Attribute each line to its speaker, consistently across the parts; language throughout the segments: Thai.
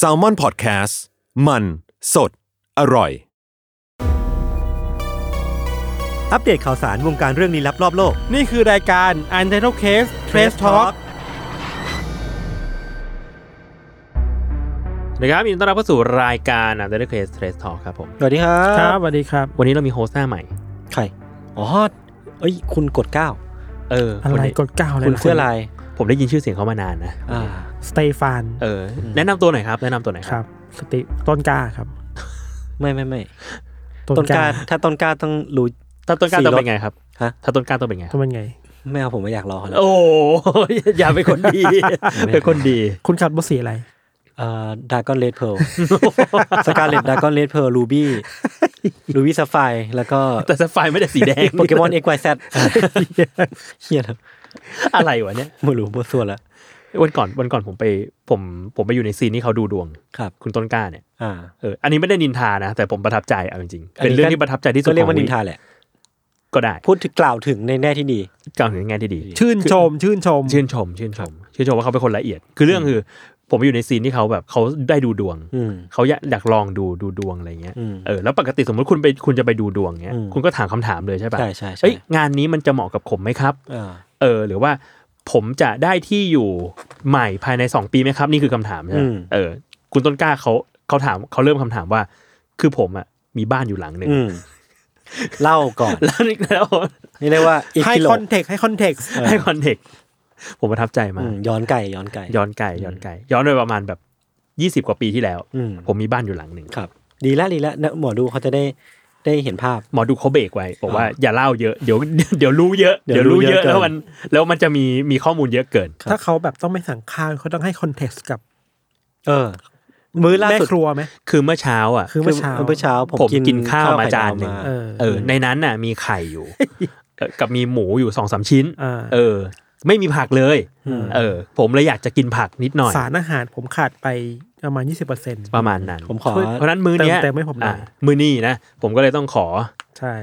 Speaker 1: s a l m o n PODCAST มันสดอร่อย
Speaker 2: อัปเดตข่าวสารวงการเรื่องลี้ลับรอบโลก
Speaker 3: นี่คือรายการ u n t i t l e Case Trace Talk
Speaker 4: นะครับยินดีต้อนรับเข้าสู่รายการอ่ะ The Case Trace Talk ครับผม
Speaker 2: สวัสดีครั
Speaker 3: ครับ
Speaker 2: บ
Speaker 3: สวัสดีครับ
Speaker 4: วันนี้เรามีโฮสต์หน้าใหม่
Speaker 2: ใคร อ๋อ เอ้ย คุณกดเก้า
Speaker 4: เออ
Speaker 3: อะ
Speaker 4: คน
Speaker 3: ไร
Speaker 4: นี้
Speaker 3: กดเก้าเลย
Speaker 2: คุณเสื้อลาย
Speaker 4: ผมได้ยินชื่อเสียงเขามานานนะ
Speaker 2: อ่า
Speaker 3: สเตฟาน
Speaker 4: เออ แนะนำตัวหน่อยครับ แนะนำตัวหน่อย
Speaker 3: ค
Speaker 4: ค
Speaker 3: รั
Speaker 4: รับ
Speaker 3: บ สติต้นกล้าครับ
Speaker 2: ไม่ไม่ไม่ต้นกล้าถ้าต้นกล้าต้องรู้
Speaker 4: ถ้าต้นกล้า
Speaker 2: สี่
Speaker 4: ต้อง
Speaker 2: รถ
Speaker 4: เป็นไงครับ
Speaker 2: ฮะ
Speaker 4: ถ้าต้นกล้าต้องเป็นไงค
Speaker 3: ต้
Speaker 4: รั
Speaker 3: อบ งเป็นไง
Speaker 2: ไม่เอาผมไม่อยากรอแล้ว
Speaker 4: โอ้ยอย่าเป็นคนดี เป็นคนดี
Speaker 3: คุณขับรถสีอะไร
Speaker 2: เอ่อดากอนเลด เพลสกาเลตดากอนเลดเพลรูบี้รูบี้ซัฟไฟแล้วก็
Speaker 4: แต่สไฟไม่ได้สีแดง
Speaker 2: โปเกมอนเอ็กไวแซดเฮียนะ
Speaker 4: อะไรวะเนี่ย
Speaker 2: ไม่รู้มั่วส่วนละ
Speaker 4: วันก่อนวันก่อนผมไปผมผมไปอยู่ในซีนที่เขาดูดวง
Speaker 2: ครับ
Speaker 4: คุณต้นกล้าเนี่ย
Speaker 2: อ่า
Speaker 4: เออ อันนี้ไม่ได้นินทานะ แต่ผมประทับใจเอาจริงๆ
Speaker 2: อันนี้ก็
Speaker 4: เป็นเรื่องที่ประทับใจที่สุด
Speaker 2: ก็เรียกว่า
Speaker 4: ของ
Speaker 2: นินทาแหละ
Speaker 4: ก็ได้
Speaker 2: พูดถึงกล่าวถึงในแน่ที่ดี
Speaker 4: กล่าวถึงในแง่ที่ดี
Speaker 3: ชื่นชม ชื่นชม
Speaker 4: ชื่นชม ชื่นชม ชื่นชมว่าเขาเป็นคนละเอียด คือเรื่องคือ ผมอยู่ในซีนที่เขาแบบเขาได้ดูดวง
Speaker 2: อืม
Speaker 4: เขาอยากอยากลองดูดูดวงอะไรเงี้ย
Speaker 2: อืม
Speaker 4: เออ แล้วปกติสมมติคุณไปคุณจะไปดูดวงเงี้ย
Speaker 2: อืม
Speaker 4: คุณก็ถามคำถามเลยใช่ปะ
Speaker 2: ใช่ใช่ใช่
Speaker 4: เอ้ยงานนี้มันจะเหมาะกับผมไหมครับ
Speaker 2: อ่า
Speaker 4: เออ หรือว่าผมจะได้ที่อยู่ใหม่ภายใน 2 ปีไหมครับ นี่คือคำถามใช่ไหม
Speaker 2: อืม
Speaker 4: เออ คุณต้นกล้าเขาเขาถามเขาเริ่มคำถามว่า คือผมอ่ะมีบ้านอยู่หลังหนึ่ง
Speaker 2: อืม เล่าก่อน
Speaker 4: แล้วนี่ แล้ว
Speaker 2: นี่เรียกว่าอีก
Speaker 3: ให้
Speaker 2: กิโล
Speaker 3: คอนเทกต์ให้คอนเทกต์
Speaker 4: ให้คอนเทกผมประทับใจมา
Speaker 2: อื
Speaker 4: ก
Speaker 2: มย้อนไก่ย้อนไก่
Speaker 4: ย้อนไกลย้อนไกลย้อนไปประมาณแบบยี่สิบ20 กว่าปีที่แล้ว
Speaker 2: อืม
Speaker 4: ผมมีบ้านอยู่หลังหนึ่ง
Speaker 2: ครับ ดีละดีละนะหมอดูเขาจะได้ได้เห็นภาพ
Speaker 4: หมอดูเขาเบรกไว้บอกว่า
Speaker 2: อ๋อ
Speaker 4: อย่าเล่าเยอะเดี๋ยว เดี๋ยวรู้เยอะ
Speaker 2: เดี๋ยวรู้เยอะเกิน
Speaker 4: แล้วมันแล้วมันจะมีมีข้อมูลเยอะเกิน
Speaker 3: ถ้าเขาแบบต้องไม่สั่งข้าวเขาต้องให้คอนเทกต์กับ
Speaker 2: เออ มื้อล่า
Speaker 3: แม่
Speaker 2: สุด
Speaker 3: ครัวไหม
Speaker 4: คือเมื่อเช้าอ่ะ
Speaker 3: คือเมื่อเช้า
Speaker 2: เมื่อเช้าผม
Speaker 4: ผมกินข้าวมา
Speaker 2: ไข่ด
Speaker 4: จานหนึ่ง
Speaker 2: มา
Speaker 3: เออ
Speaker 4: เออในนั้นน่ะมีไข่อยู่เออกับมีหมูอยู่สองสามชิ้น
Speaker 3: อ่า
Speaker 4: เออ ไม่มีผักเลยเออ ผมเลยอยากจะกินผักนิดหน่อย
Speaker 3: สารอาหารผมขาดไปประมาณ 20%เปอร์เซ็นต์
Speaker 4: ประมาณนั้น
Speaker 2: ผมขอ
Speaker 4: เพราะฉะนั้นมื้อเนี้ย
Speaker 3: เติมเต็มให้ผมหน่อย
Speaker 4: อ่ะมื้อนี้นะผมก็เลยต้องขอ
Speaker 3: ใช่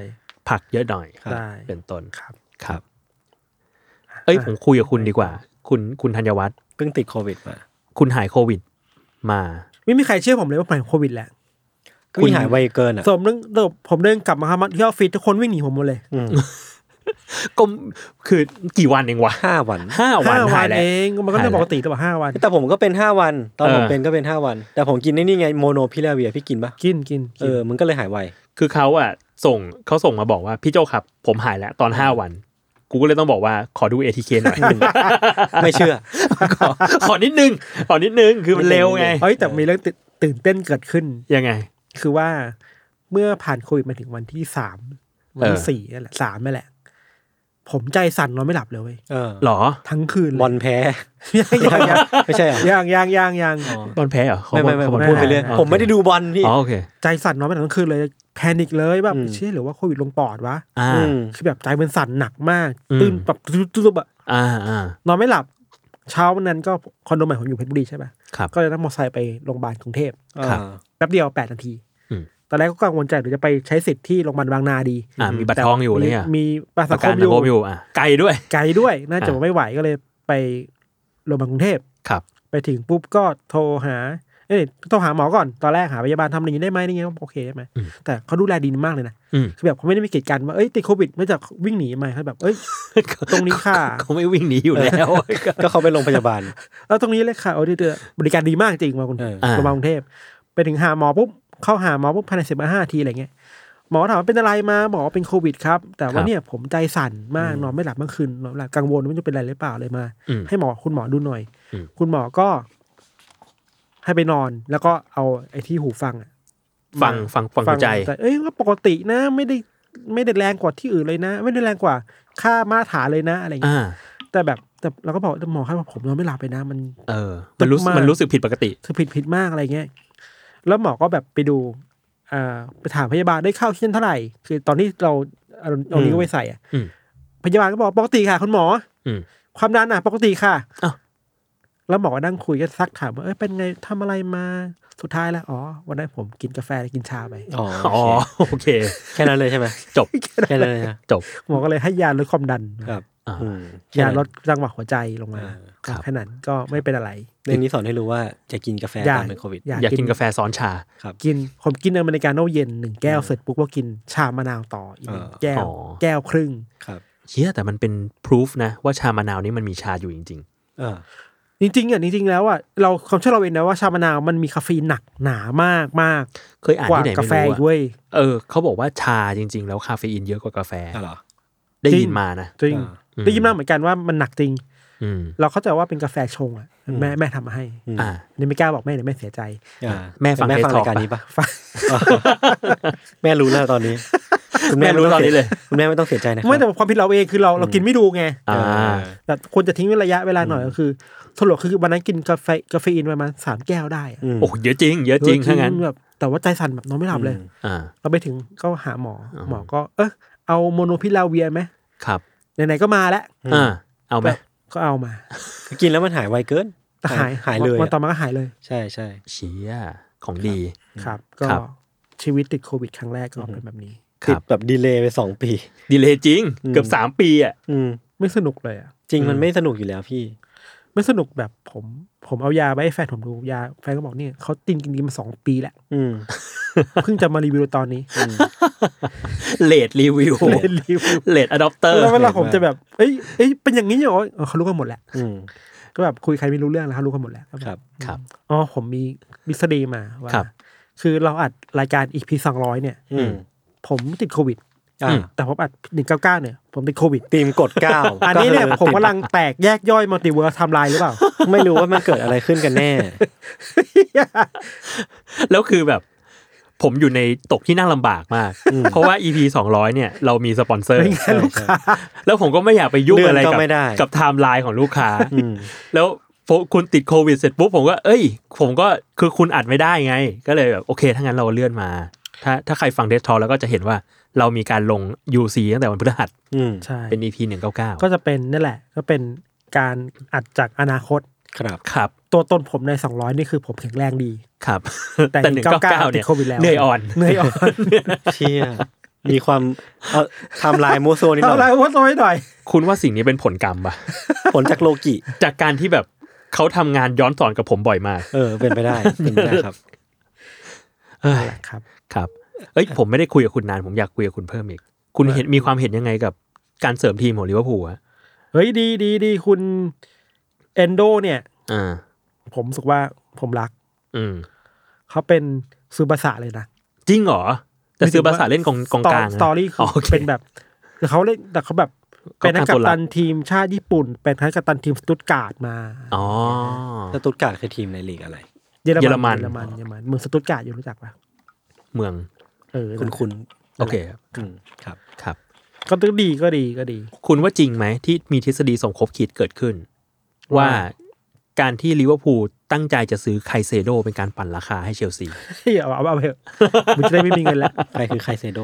Speaker 4: ผักเยอะหน่อย
Speaker 3: ครับได้
Speaker 4: เป็นต้น
Speaker 3: ครับ
Speaker 4: ครับ เอ้ย
Speaker 3: อ่ะ
Speaker 4: ผมคุยกับคุณดีกว่า คุณคุณธัญวัฒน์
Speaker 2: เพิ่งติดโควิดมา
Speaker 4: คุณหายโควิด มา
Speaker 3: ไม่มีใครเชื่อผมเลยว่าผมเป็นโควิดแหละ
Speaker 2: คุณหายไวเกินอ่ะ
Speaker 3: สมเรื่องเดิมผมเดินกลับมาครับที่ออฟฟิศทุกคนวิ่งหนีผมหมดเลย
Speaker 2: อืม
Speaker 4: ก็คือกี่วันเองวะ
Speaker 2: ห้าวัน
Speaker 4: ห้าวัน
Speaker 3: ห้า
Speaker 4: หา
Speaker 3: วั
Speaker 4: ย
Speaker 3: น
Speaker 4: แล้ว
Speaker 3: เองมันก็
Speaker 4: หายแล้ว
Speaker 3: ไม่ปกติหรือเปล่าห้าวัน
Speaker 2: แต่ผมก็เป็นห้าวัน ตอนผม
Speaker 4: เออ
Speaker 2: เป็นก็เป็นห้าวัน แต่ผมกินไอ้นี่ไงโมโนพิลาเวียพี่กินปะ
Speaker 3: กินกิน
Speaker 2: เออมันก็เลยหายไว
Speaker 4: คือเขาอ่ะ ส่งเขาส่งมาบอกว่า พี่โจครับ ผมหายแล้ว ตอนห้าวัน กูก็เลยต้องบอกว่าขอดูเอทีเคหน่อย
Speaker 2: ไม่เชื่อ
Speaker 4: ขอขอนิดนึง ขอนิดนึง คือมันเร็วไง
Speaker 3: เฮ้ยแต่มีเรื่องตื่นตื่นเต้นเกิดขึ้น
Speaker 4: ยังไง
Speaker 3: คือว่าเมื่อผ่านโควิดมาถึงวันที่สามวันที่
Speaker 4: เออ
Speaker 3: สี่นั่นแหละสามนั่นแหละ ผมใจสั่นนอนไม่หลับเลยเว้ย
Speaker 2: เออ
Speaker 4: หรอ
Speaker 3: ทั้งคืนเลย
Speaker 2: บอลแพ้
Speaker 3: ยังยังยัง
Speaker 2: ไม่ใช่เหรอ
Speaker 3: ยังยังยังยัง
Speaker 4: ตอนแพ้เหรอเขา
Speaker 2: ไม่ไม่ไม่
Speaker 4: ขา
Speaker 2: ผม
Speaker 4: บอก
Speaker 2: พูดไปเรื่อย
Speaker 4: อ๋อ
Speaker 2: ผมไม่ได้ดูบอลพี่
Speaker 4: อ๋อโอเค
Speaker 3: ใจสั่นนอนไม่หลับทั้งคืนเลยแพนิคเลยแบบ
Speaker 2: อืม
Speaker 3: เชื่อหรือว่าโควิดลงปอดวะ
Speaker 4: อ่า
Speaker 2: ม
Speaker 3: คือแบบใจมันสั่นหนักมาก
Speaker 4: อืม
Speaker 3: ตื่นแบบตุ๊บๆอะ
Speaker 4: อ่าอ่าน
Speaker 3: อนไม่หลับ เช้าวันนั้นก็คอนโดใหม่ผมอยู่เพชรบุรีใช่ปะ
Speaker 4: ครับ
Speaker 3: ก็เลยนั่งมอเตอร์ไซค์ไปโรงพยาบาลกรุงเทพ
Speaker 4: ครับ
Speaker 3: แป๊บเดียวแปดนาที
Speaker 4: อืม
Speaker 3: ตอนแรกก็กังวลใจหรือจะไปใช้สิทธิ์ที่โรงพยาบาลบางนาดี
Speaker 4: อ่ามีบัตรทองอยู่อะไรเลยอ่ะ
Speaker 3: มีมีบัตร
Speaker 4: ป
Speaker 3: สั
Speaker 4: ระ
Speaker 3: งค
Speaker 4: กัน
Speaker 3: ม
Speaker 4: สั
Speaker 3: อง
Speaker 4: คมอยู่ ยู่อ่ะไกลด้วย
Speaker 3: ไกลด้วย น่าจะ
Speaker 4: อ่า
Speaker 3: ไม่ไหวก็เลยไปโรงพยาบาลกรุงเทพ
Speaker 4: ครับ
Speaker 3: ไปถึงปุ๊บก็โทรหา เอ้ยโทรหาหมอก่อน ตอนแรกหาพยาบาลทำอะไรอย่างนี้ได้ไหมนี่ไงโอเคใช่ไหม
Speaker 4: อืม
Speaker 3: แต่เขาดูแลดีมากเลยนะ
Speaker 4: อืม
Speaker 3: คือแบบเขาไม่ได้มีกีดกันว่า เอ้ยติดโควิดไม่จากวิ่งหนีมาเขาแบบ เอ้ย ตรงนี้ค่ะ
Speaker 4: เขาไม่วิ่งหนีอยู่แล้ว
Speaker 2: ก็เขาไปโรงพยาบาล
Speaker 3: แล้วตรงนี้เลยค่ะโอ้ยเดือดบริการดีมากจริงมาคุณ
Speaker 2: เออ
Speaker 4: อ่า
Speaker 3: โรงพยาบาลกรุงเทพไปถึงหาหมอปุ๊บเข้าหาหมอปุ๊บภายในสิบห้าทีอะไรเงี้ยหมอถามว่าเป็นอะไรมาหมอกว่าเป็นโควิดครับ แต่ว่าเนี่ยผมใจสั่นมากนอนไม่หลับเมื่อคืนนอนไม่หลับกังวลว่าจะเป็นอะไรหรือเปล่าเลยมา
Speaker 4: อืม
Speaker 3: ให้หมอคุณหมอดูหน่อย
Speaker 4: อืม
Speaker 3: คุณหมอก็ ให้ไปนอนแล้วก็เอาไอ้ที่หูฟังอะ
Speaker 4: ฟังฟังฟังหัวใจ
Speaker 3: เอ้ยก็ปกตินะ ไม่ได้ไม่ได้แรงกว่าที่อื่นเลยนะ ไม่ได้แรงกว่าค่ามาตรฐานเลยนะอะไรเงี้ย
Speaker 4: อ่า
Speaker 3: แต่แบบ แต่เราก็บอกหมอครับว่าผมนอนไม่หลับไปนะ มัน
Speaker 4: เออ มันรู้สึก
Speaker 3: มาก
Speaker 4: มันรู้สึกผิดปกติ
Speaker 3: คือผิดผิดมากอะไรเงี้ย แล้วหมอก็แบบไปดูเอ่อไปถามพยาบาลได้ข้าวเช่นเท่าไหร่ คือตอนที่เราเอาเอา
Speaker 4: อืม
Speaker 3: นิ้วไปใส่อะ
Speaker 4: อืม
Speaker 3: พยาบาลก็บอกปกติค่ะคุณหมออ
Speaker 4: ม
Speaker 3: ความดันอ่ะ ปกติค่ะ
Speaker 4: อ้าว
Speaker 3: แล้วหมอก็นั่งคุยกันซักถามว่าเอ้ยเป็นไงทำอะไรมาสุดท้ายแล้วอ๋อวันนั้นผมกินกาแฟและกินชาไป
Speaker 2: อ๋อ
Speaker 4: อ๋อโอเค
Speaker 2: แค่นั้นเลยใช่ไหม
Speaker 4: จบ
Speaker 2: แค่นั้นเลยนะ
Speaker 4: จบ
Speaker 3: หมอก็เลยให้ยาลดความดัน
Speaker 2: ครับ
Speaker 4: อ่า
Speaker 2: อืม
Speaker 3: ยาลดจังหวะหัวใจลงมา
Speaker 2: อ่า
Speaker 3: ครับแค่นั้นก็ไม่เป็นอะไร
Speaker 2: เรื่องนี้สอนให้รู้ว่าจะกินกาแฟตอนเป็นโควิด
Speaker 4: อยากกินกาแฟซ้อนชา
Speaker 3: กินผมกินอเมริกาโน่เย็นหนึ่งแก้วเสร็จปุ๊บก็กินชามะนาวต่ออีกหนึ่ง
Speaker 2: เออ
Speaker 3: แก้ว
Speaker 4: อ๋อ
Speaker 3: แก้วครึ่ง
Speaker 2: ครับ
Speaker 4: เฮียแต่มันเป็น proof นะว่าชามะนาวนี่มันมีชาอยู่จริง
Speaker 2: เออ
Speaker 3: จริงๆอ่ะจริงๆแล้วอ่ะเราความเชื่อเราเองนะว่าชามะนาวมันมีคาเฟอีนหนักหนามากมาก
Speaker 4: ๆ เคยอ่าน
Speaker 3: กว่า
Speaker 4: ที่ไหน
Speaker 3: กา
Speaker 4: ไม่
Speaker 3: แฟอีก
Speaker 4: รู้อะ
Speaker 3: เว้ย
Speaker 4: เออเขาบอกว่าชาจริง ๆ แล้วคาเฟอีนเยอะกว่ากาแฟ
Speaker 2: อ่ะเหรอ
Speaker 4: ได้
Speaker 3: จริ
Speaker 4: ยิน
Speaker 3: ง
Speaker 4: มานะ
Speaker 3: จริง
Speaker 2: อ่า
Speaker 4: อื
Speaker 3: ได้ยินมาเหมือนกันว่ามันหนักจริง
Speaker 4: อืม
Speaker 3: เราเข้าใจว่าเป็นกาแฟชงอ่ะแม่แม่ทำมาให้
Speaker 2: อืม
Speaker 4: อ่า
Speaker 3: อันนี่ไม่กล้าบอกแม่เดี๋ยวแม่เสีย ใจ
Speaker 2: อ่า
Speaker 4: แม่ฟัง
Speaker 2: แม่ฟัง
Speaker 4: TED Talk
Speaker 2: รายการนี้ปะแม่รู้แล้วตอน นี้
Speaker 4: แม่รู้ตอนนี้เลย
Speaker 2: คุณแม่ไม่ต้องเสียใจนะครั
Speaker 3: ไม่แต่
Speaker 2: บ
Speaker 3: ความผิดเราเองคือเราเรากินไม่ดูไง
Speaker 4: อ่า
Speaker 3: แต่ควรจะทิ้งระยะเวลาหน่อยก็คือสรุปคือวันนั้นกินกาแฟกาเฟอีนประมาณสามแก้วได้อะ
Speaker 2: อืม
Speaker 4: โอ้เยอะจริง เยอะจริงถ้างั้น
Speaker 3: แบบแต่ว่าใจสั่นแบบนอนไม่หลับเลย
Speaker 2: อืม
Speaker 4: อ่า
Speaker 3: เราไปถึงก็หาหมออ
Speaker 4: อ
Speaker 3: หมอก็เออเอาโมโนพิลาเวียไหม
Speaker 4: ครับ
Speaker 3: ไหนๆก็มาแล้ว
Speaker 4: อ่าเอาไหม
Speaker 3: ก็เอามา
Speaker 2: กินแล้วมันหายไวเกิน
Speaker 3: แต่หาย
Speaker 2: หายเลย
Speaker 3: วัน
Speaker 2: อะ
Speaker 3: ต่อมาก็หายเลย
Speaker 2: ใช่ใช่
Speaker 4: เชียของดี
Speaker 3: ครับก็
Speaker 4: ครับ
Speaker 3: ชีวิตติดโควิดครั้งแรกก็เป็นแบบนี้
Speaker 4: ค
Speaker 2: ติ
Speaker 4: รั
Speaker 2: ด
Speaker 4: บ
Speaker 2: แบบดีเลย์ไปสองปี
Speaker 4: ดีเลยจริง
Speaker 2: อืม
Speaker 4: เกือบสามปีอ่ะ
Speaker 2: อืม
Speaker 3: ไม่สนุกเลยอ่ะ
Speaker 2: จริง
Speaker 4: อืม
Speaker 2: มันไม่สนุกอยู่แล้วพี่
Speaker 3: ไม่สนุกแบบผมผมเอายาไปให้แฟนผมดูยาแฟนก็บอกเนี่ยเขาตินกินกินมาสองปีแล้ว
Speaker 2: อืม
Speaker 3: เพิ่งจะมารีวิวตอนนี้
Speaker 4: เลดรีวิว
Speaker 3: เลยรีวิว
Speaker 4: เลดอะดอปเตอร์
Speaker 3: แล้วเวลาผม
Speaker 2: เห็นว่า
Speaker 3: จะแบบเอ้ยเอ้ยเป็นอย่างนี้เหรอเออเขารู้กันหมดแหละ
Speaker 2: อืม
Speaker 3: ก็แบบคุยใครไม่รู้เรื่องแล้วเขารู้กันหมดแล้วก็แ
Speaker 2: ครับ
Speaker 4: ครับ
Speaker 3: อ๋อผมมีมิสเดมาว่า
Speaker 4: ครับ
Speaker 3: คือเราอัดรายการอีพีสองร้อยเนี่ย
Speaker 2: อืม
Speaker 3: ผมติดโควิด
Speaker 2: อ่า
Speaker 3: แต่ผมอัดหนึ่งเก้าเก้าเนี่ย ผมติดโควิด
Speaker 2: ตีมกดเก้า
Speaker 3: อันนี้เนี่ยผม
Speaker 2: ติด
Speaker 3: กำลังแตกแยกย่อยมัลติเวิร์สไทม์ไลน์หรือเปล่า
Speaker 2: ไม่รู้ว่ามันเกิดอะไรขึ้นกันแน่
Speaker 4: แล้วคือแบบ ผมอยู่ในตกที่นั่งลำบากมาก เพราะว่า EP 200 เนี่ย เรามีสปอนเซอร์
Speaker 2: ใช่ใช่
Speaker 4: แล้วผมก็ไม่อยากไปยุ่ง
Speaker 2: เลื่อน
Speaker 4: อะไร
Speaker 2: ก็
Speaker 4: กับ
Speaker 2: ไม่ได้
Speaker 4: กับไทม์ไลน์ของลูกค้า
Speaker 2: อืม
Speaker 4: แล้วพอคุณติดโควิดเสร็จปุ๊บผมก็ เอ้ย ผมก็คือคุณอัดไม่ได้ไง ก็เลยแบบโอเค ถ้างั้นเราเลื่อนมา ถ้าถ้าใครฟังเดสทอแล้วก็จะเห็นว่าเรามีการลง UC ตั้งแต่วันพฤหัส
Speaker 2: อืม
Speaker 3: ใช่
Speaker 4: เป็น EP หนึ่งเก้าเก้า
Speaker 3: ก็จะเป็นนี่แหละ ก็เป็นการอัดจากอนาคต
Speaker 2: ครับ
Speaker 4: ครับ
Speaker 3: ตัวตนผมใน 200 นี่คือผมแข็งแรงดี
Speaker 4: ครับ
Speaker 3: แต่
Speaker 4: แต่หนึ่งเก้าเก้า
Speaker 3: 199
Speaker 4: เนี่ย
Speaker 3: ติดโควิดแล้ว
Speaker 4: เหนื่อยอ่อน
Speaker 3: เหนื่อยอ่อน
Speaker 2: เชี่ยมีความเอาไทำลายโมวโซนิดห
Speaker 3: เอา
Speaker 2: น่
Speaker 3: ละ
Speaker 2: อย
Speaker 3: วัดน้อยหน่อย
Speaker 4: คุณว่าสิ่งนี้เป็นผลกรรมปะ
Speaker 2: ผลจากโลกิ
Speaker 4: จากการที่แบบเขาทำงานย้อนสอนกับผมบ่อยมาก
Speaker 2: เออ เป็นไปได้ เป็นไปได้ครับ
Speaker 4: เอ้ย
Speaker 3: ครับ
Speaker 4: ครับ เอ้ยผมไม่ได้คุยกับคุณนาน ผมอยากคุยกับคุณเพิ่มอีก คุณเห็นมีความเห็นยังไงกับการเสริมทีมของลิเวอร์พูลอะ
Speaker 3: เฮ้ยดีดีดีคุณเอนโดเนี่ย
Speaker 4: อ่า
Speaker 3: ผมรู้สึกว่าผมรัก
Speaker 4: อืม
Speaker 3: เขาเป็นซูบาสะเลยนะ
Speaker 4: จริงเหรอ แต่ซื้อบาสาเล่นกองกองกลาง
Speaker 3: ส
Speaker 4: นะ
Speaker 3: ตอรี่คื
Speaker 4: อ๋
Speaker 3: อ
Speaker 4: อโอ
Speaker 3: เป็นแบบแต่เขาเล่นแต่เขาแบบ
Speaker 4: กอ
Speaker 3: เป็
Speaker 4: ง
Speaker 3: น
Speaker 4: ก
Speaker 3: นั
Speaker 4: ลาก ง
Speaker 3: กั
Speaker 4: ตั
Speaker 3: ป
Speaker 4: วหลั
Speaker 3: ตั
Speaker 4: ก
Speaker 3: นทีมชาติญี่ปุ่น เป็นนักกัปตันทีมสตุตการ์ดมา
Speaker 4: อ๋อ
Speaker 2: สตุตการ์ดคือทีมในลีกอะไร
Speaker 3: เยอร
Speaker 4: เยอรมั
Speaker 3: มัน
Speaker 4: น
Speaker 3: เยอรมันเยอรมันเมืองสตุตการ์ดอยู่รู้จักปะ
Speaker 4: เมือง
Speaker 3: เออ
Speaker 2: คุณคุณ
Speaker 4: โอเคครับ
Speaker 2: อืมครับ
Speaker 4: ครับ
Speaker 3: ก็ดีก็ดีก็ดี
Speaker 4: คุณว่าจริงไหมที่มีทฤษฎีสมคบคิดเกิดขึ้น
Speaker 3: ว่า
Speaker 4: ว่าการที่ลิเวอร์พูลตั้งใจจะซื้อไคเซโดเป็นการปั่นราคาให้เชลซี
Speaker 3: เฮ้ยเอาเอาเอาไปเถอะ มึงจะได้ไม่มีเงินแล้ว
Speaker 2: ใครคือไคเซโด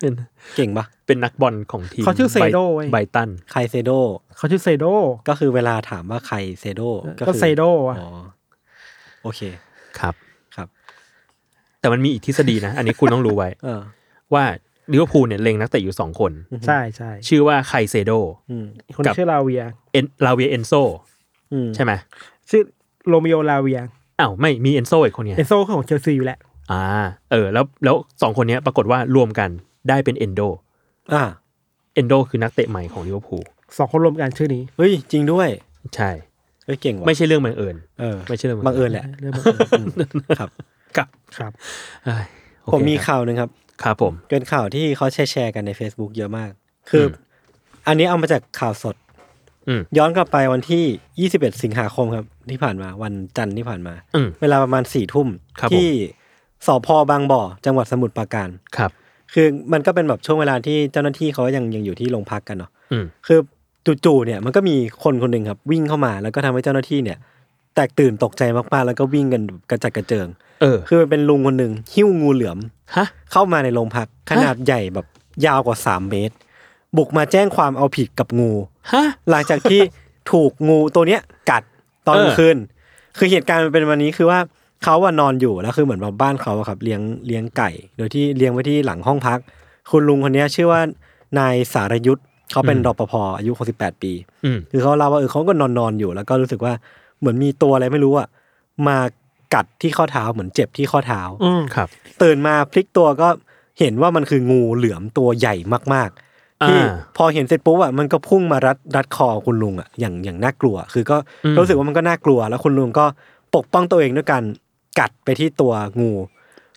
Speaker 4: เป็น
Speaker 2: เก่งปะ
Speaker 4: เป็นนักบอลของทีม
Speaker 3: เขาชื่อเซโดเว้ย
Speaker 4: ไบตัน
Speaker 2: ไคเซโด
Speaker 3: เขาชื่อเซโด
Speaker 2: ก็คือเวลาถามว่าใครเซโด
Speaker 3: ก็
Speaker 2: คือ
Speaker 3: เซโดอะ
Speaker 2: อ๋อโอเค
Speaker 4: ครับ
Speaker 2: ครับ
Speaker 4: แต่มันมีอีกทฤษฎีนะ อันนี้คุณต้องรู้ไว้
Speaker 2: เออ
Speaker 4: ว่าลิเวอร์พูลเนี่ยเล็งนักเตะอยู่สองคน
Speaker 3: ใช่ใช่
Speaker 4: ชื่อว่าไคเซโด
Speaker 2: อืม
Speaker 3: คน
Speaker 4: กับ
Speaker 3: ชื่อลาเวีย
Speaker 4: เอ็นลาเวียเอนโซ
Speaker 2: อืม
Speaker 4: ใช่ไหม
Speaker 3: ชื่อโรมิโอลาเวีย
Speaker 4: อ้าว ไม่มีเอนโซอีกคนไง
Speaker 3: เอนโซของเชลซีอยู่แหละ
Speaker 4: อ่า เออ แล้วแล้วสองคนเนี้ยปรากฏว่ารวมกันได้เป็นเอนโด
Speaker 2: อ่า
Speaker 4: เอนโดคือนักเตะใหม่ของลิเวอร์พูล
Speaker 3: สองคนรวมกันชื่อนี้
Speaker 2: เฮ้ย จริงด้วย
Speaker 4: ใช่
Speaker 2: เฮ้ย เก่งว่ะ
Speaker 4: ไม่ใช่เรื่องบังเอิญ
Speaker 2: เออ
Speaker 4: ไม่ใช่เรื่อง
Speaker 2: บังเอิญแหละ
Speaker 3: เรื่องบังเอิญ
Speaker 2: อืมครับ
Speaker 4: ครับ
Speaker 3: ครับ
Speaker 4: เอ้ยโอเค
Speaker 2: ผมมี
Speaker 4: ครับ
Speaker 2: ข่าวหนึ่งครับ
Speaker 4: ครับผม
Speaker 2: เป็นข่าวที่เขาแชร์ๆกันใน Facebook เยอะมาก คืออ
Speaker 4: ม
Speaker 2: อันนี้เอามาจากข่าวสด
Speaker 4: อืม
Speaker 2: ย้อนกลับไปวันที่ 21 สิงหาคมครับ ที่ผ่านมาวันจันทร์ที่ผ่านมา
Speaker 4: อืม
Speaker 2: เวลาประมาณสี่ทุ่ม
Speaker 4: ครับผม
Speaker 2: ที่สพบางบ่อ จังหวัดสมุทรปราการ
Speaker 4: ครับ
Speaker 2: คือมันก็เป็นแบบช่วงเวลาที่เจ้าหน้าที่เขายังยังอยู่ที่โรงพักกันเนาะ
Speaker 4: อืม
Speaker 2: คือ จู่ๆเนี่ยมันก็มีคนคนหนึ่งครับวิ่งเข้ามาแล้วก็ทำให้เจ้าหน้าที่เนี่ย แตกตื่นตกใจมากๆแล้วก็วิ่งกันกระจัดกระเจิง
Speaker 4: เออ
Speaker 2: คือมันเป็นลุงคนหนึ่งหิ้วงูเหลือม
Speaker 4: ฮะ
Speaker 2: เข้ามาในโรงพักขนาดใหญ่แบบยาวกว่า 3 เมตร บุกมาแจ้งความเอาผิดกับงู
Speaker 4: ฮะ
Speaker 2: หลังจากที่ ถูกงูตัวเนี้ยกัดตอนกลาง
Speaker 4: เออ
Speaker 2: คืนคือเหตุการณ์มันเป็นวันนี้คือว่าเขาอะนอนอยู่แล้วคือเหมือนแบบบ้านเขาอะครับเลี้ยงเลี้ยงไก่ โดยที่เลี้ยงไว้ที่หลังห้องพัก คุณลุงคนเนี้ยชื่อว่านายสารยุทธ์เขาเป็นรปภอายุ 68 ปี
Speaker 4: อืม
Speaker 2: คือเขาเล่าว่าเออเขาก็นอนนอนๆอยู่แล้วก็รู้สึกว่าเหมือนมีตัวอะไรไม่รู้อะมากัดที่ข้อเท้าเหมือนเจ็บที่ข้อเท้า
Speaker 3: อืม
Speaker 4: ครับ
Speaker 2: ตื่นมาพลิกตัวก็เห็นว่ามันคืองูเหลือมตัวใหญ่มากๆที่
Speaker 4: อ่า
Speaker 2: พอเห็นเสร็จปุ๊บอ่ะมันก็พุ่งมารัดรัดคอคุณลุงอ่ะอย่างอย่างน่ากลัว คือก็
Speaker 4: อืม
Speaker 2: รู้สึกว่ามันก็น่ากลัว แล้วคุณลุงก็ปกป้องตัวเองด้วยการกัดไปที่ตัวงู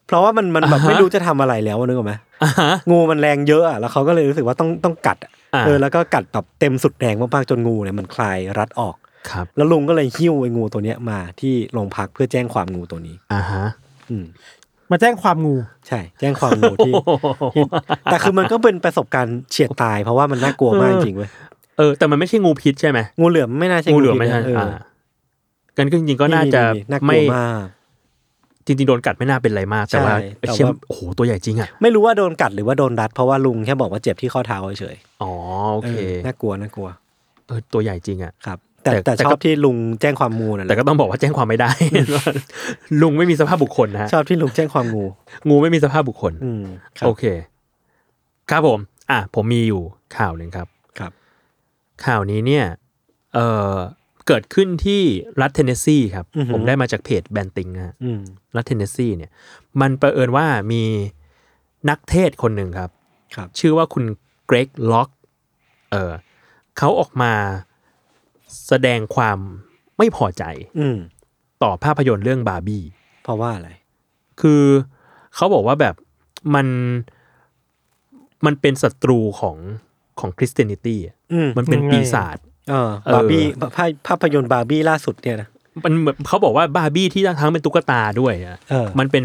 Speaker 2: เพราะว่ามันมันแบบไม่รู้จะทำอะไรแล้วนึกออกไหม
Speaker 4: อ่าฮะ
Speaker 2: งูมันแรงเยอะอ่ะแล้วเขาก็เลยรู้สึกว่าต้องต้องกัดอะ
Speaker 4: อ่า
Speaker 2: เออแล้วก็กัดแบบเต็มสุดแรงมากๆจนงูเนี่ยมันคลายรัดออก
Speaker 4: ครับ
Speaker 2: แล้วลุงก็เลยหิ้วไอ้งูตัวเนี้ยมาที่โรงพักเพื่อแจ้งความงูตัวนี้
Speaker 4: อ่าฮะ
Speaker 2: อืม
Speaker 3: มาแจ้งความงู
Speaker 2: ใช่ แจ้งความงูที่ ที่แต่คือมันก็เป็นประสบการณ์เฉียดตายเพราะว่ามันน่ากลัวมากจริงๆเว้ย
Speaker 4: เออ แต่มันไม่ใช่งูพิษใช่ไหม
Speaker 2: งูเหลือมไม่น่าใช่
Speaker 4: งูเหลือมไม่ใช่
Speaker 2: พิษนะเออ
Speaker 4: อ่ากันก็จริงๆก็น่าจะ
Speaker 2: น่าก
Speaker 4: ไม่
Speaker 2: ลัวมาก
Speaker 4: จริงๆโดนกัดไม่น่าเป็นไรมาก แต่ว่า
Speaker 2: ใช่แต่ว่า
Speaker 4: เชื่อมโอ้โหตัวใหญ่จริงอ่ะ
Speaker 2: ไม่รู้ว่าโดนกัดหรือว่าโดนรัด เพราะว่าลุงแค่บอกว่าเจ็บที่ข้อเท้าเฉย
Speaker 4: อ๋อโอ
Speaker 2: ๆเอ
Speaker 4: เค
Speaker 2: อน่ากลัวน่ากลัว
Speaker 4: เออตัวใหญ่จริงอ่ะ
Speaker 2: ครับ แต่
Speaker 4: แต่
Speaker 2: แต่
Speaker 4: แต่
Speaker 2: ชอ
Speaker 4: ก็
Speaker 2: บที่ลุงแจ้งความงูนั่นแห
Speaker 4: แต่
Speaker 2: ละ
Speaker 4: ก็ต้องบอกว่าแจ้งความไม่ได้ ลุงไม่มีสภาพบุคคลนะฮะ
Speaker 2: ชอบที่ลุงแจ้งความงู
Speaker 4: งูไม่มีสภาพบุคคล
Speaker 2: อืมครับ
Speaker 4: โอเค ครับผม อ่ะผมมีอยู่ข่าวหนึ่งครับ
Speaker 2: ครับ
Speaker 4: ข่าวนี้เนี่ย เอ่อ เกิดขึ้นที่รัฐเทนเนสซีครับ ผมได้มาจากเพจแบนติงนะฮะ
Speaker 2: อืม
Speaker 4: รัฐเทนเนสซีเนี่ย มันประเอิญว่ามีนักเทศคนหนึ่งครับ
Speaker 2: ครับ
Speaker 4: ชื่อว่าคุณเกรกล็อก เออเขาออกมาแสดงความไม่พอใจ
Speaker 2: อืม
Speaker 4: ต่อภาพยนตร์เรื่องบาร์บี้
Speaker 2: เพราะว่าอะไร
Speaker 4: คือเขาบอกว่าแบบมันมันเป็นศัตรูของของคริสเตียนิตี้อะ
Speaker 2: อืม
Speaker 4: มันเป็น
Speaker 3: ยังไง
Speaker 4: ปีศาจ
Speaker 2: เออ
Speaker 4: เออ
Speaker 2: บาร์บี้ภาพภาพยนตร์บาร์บี้ล่าสุดเนี่ยนะ
Speaker 4: มันเหมือนเขาบอกว่าบาร์บี้ที่ทั้งเป็นตุ๊กตาด้วยอะ
Speaker 2: เออ
Speaker 4: มันเป็น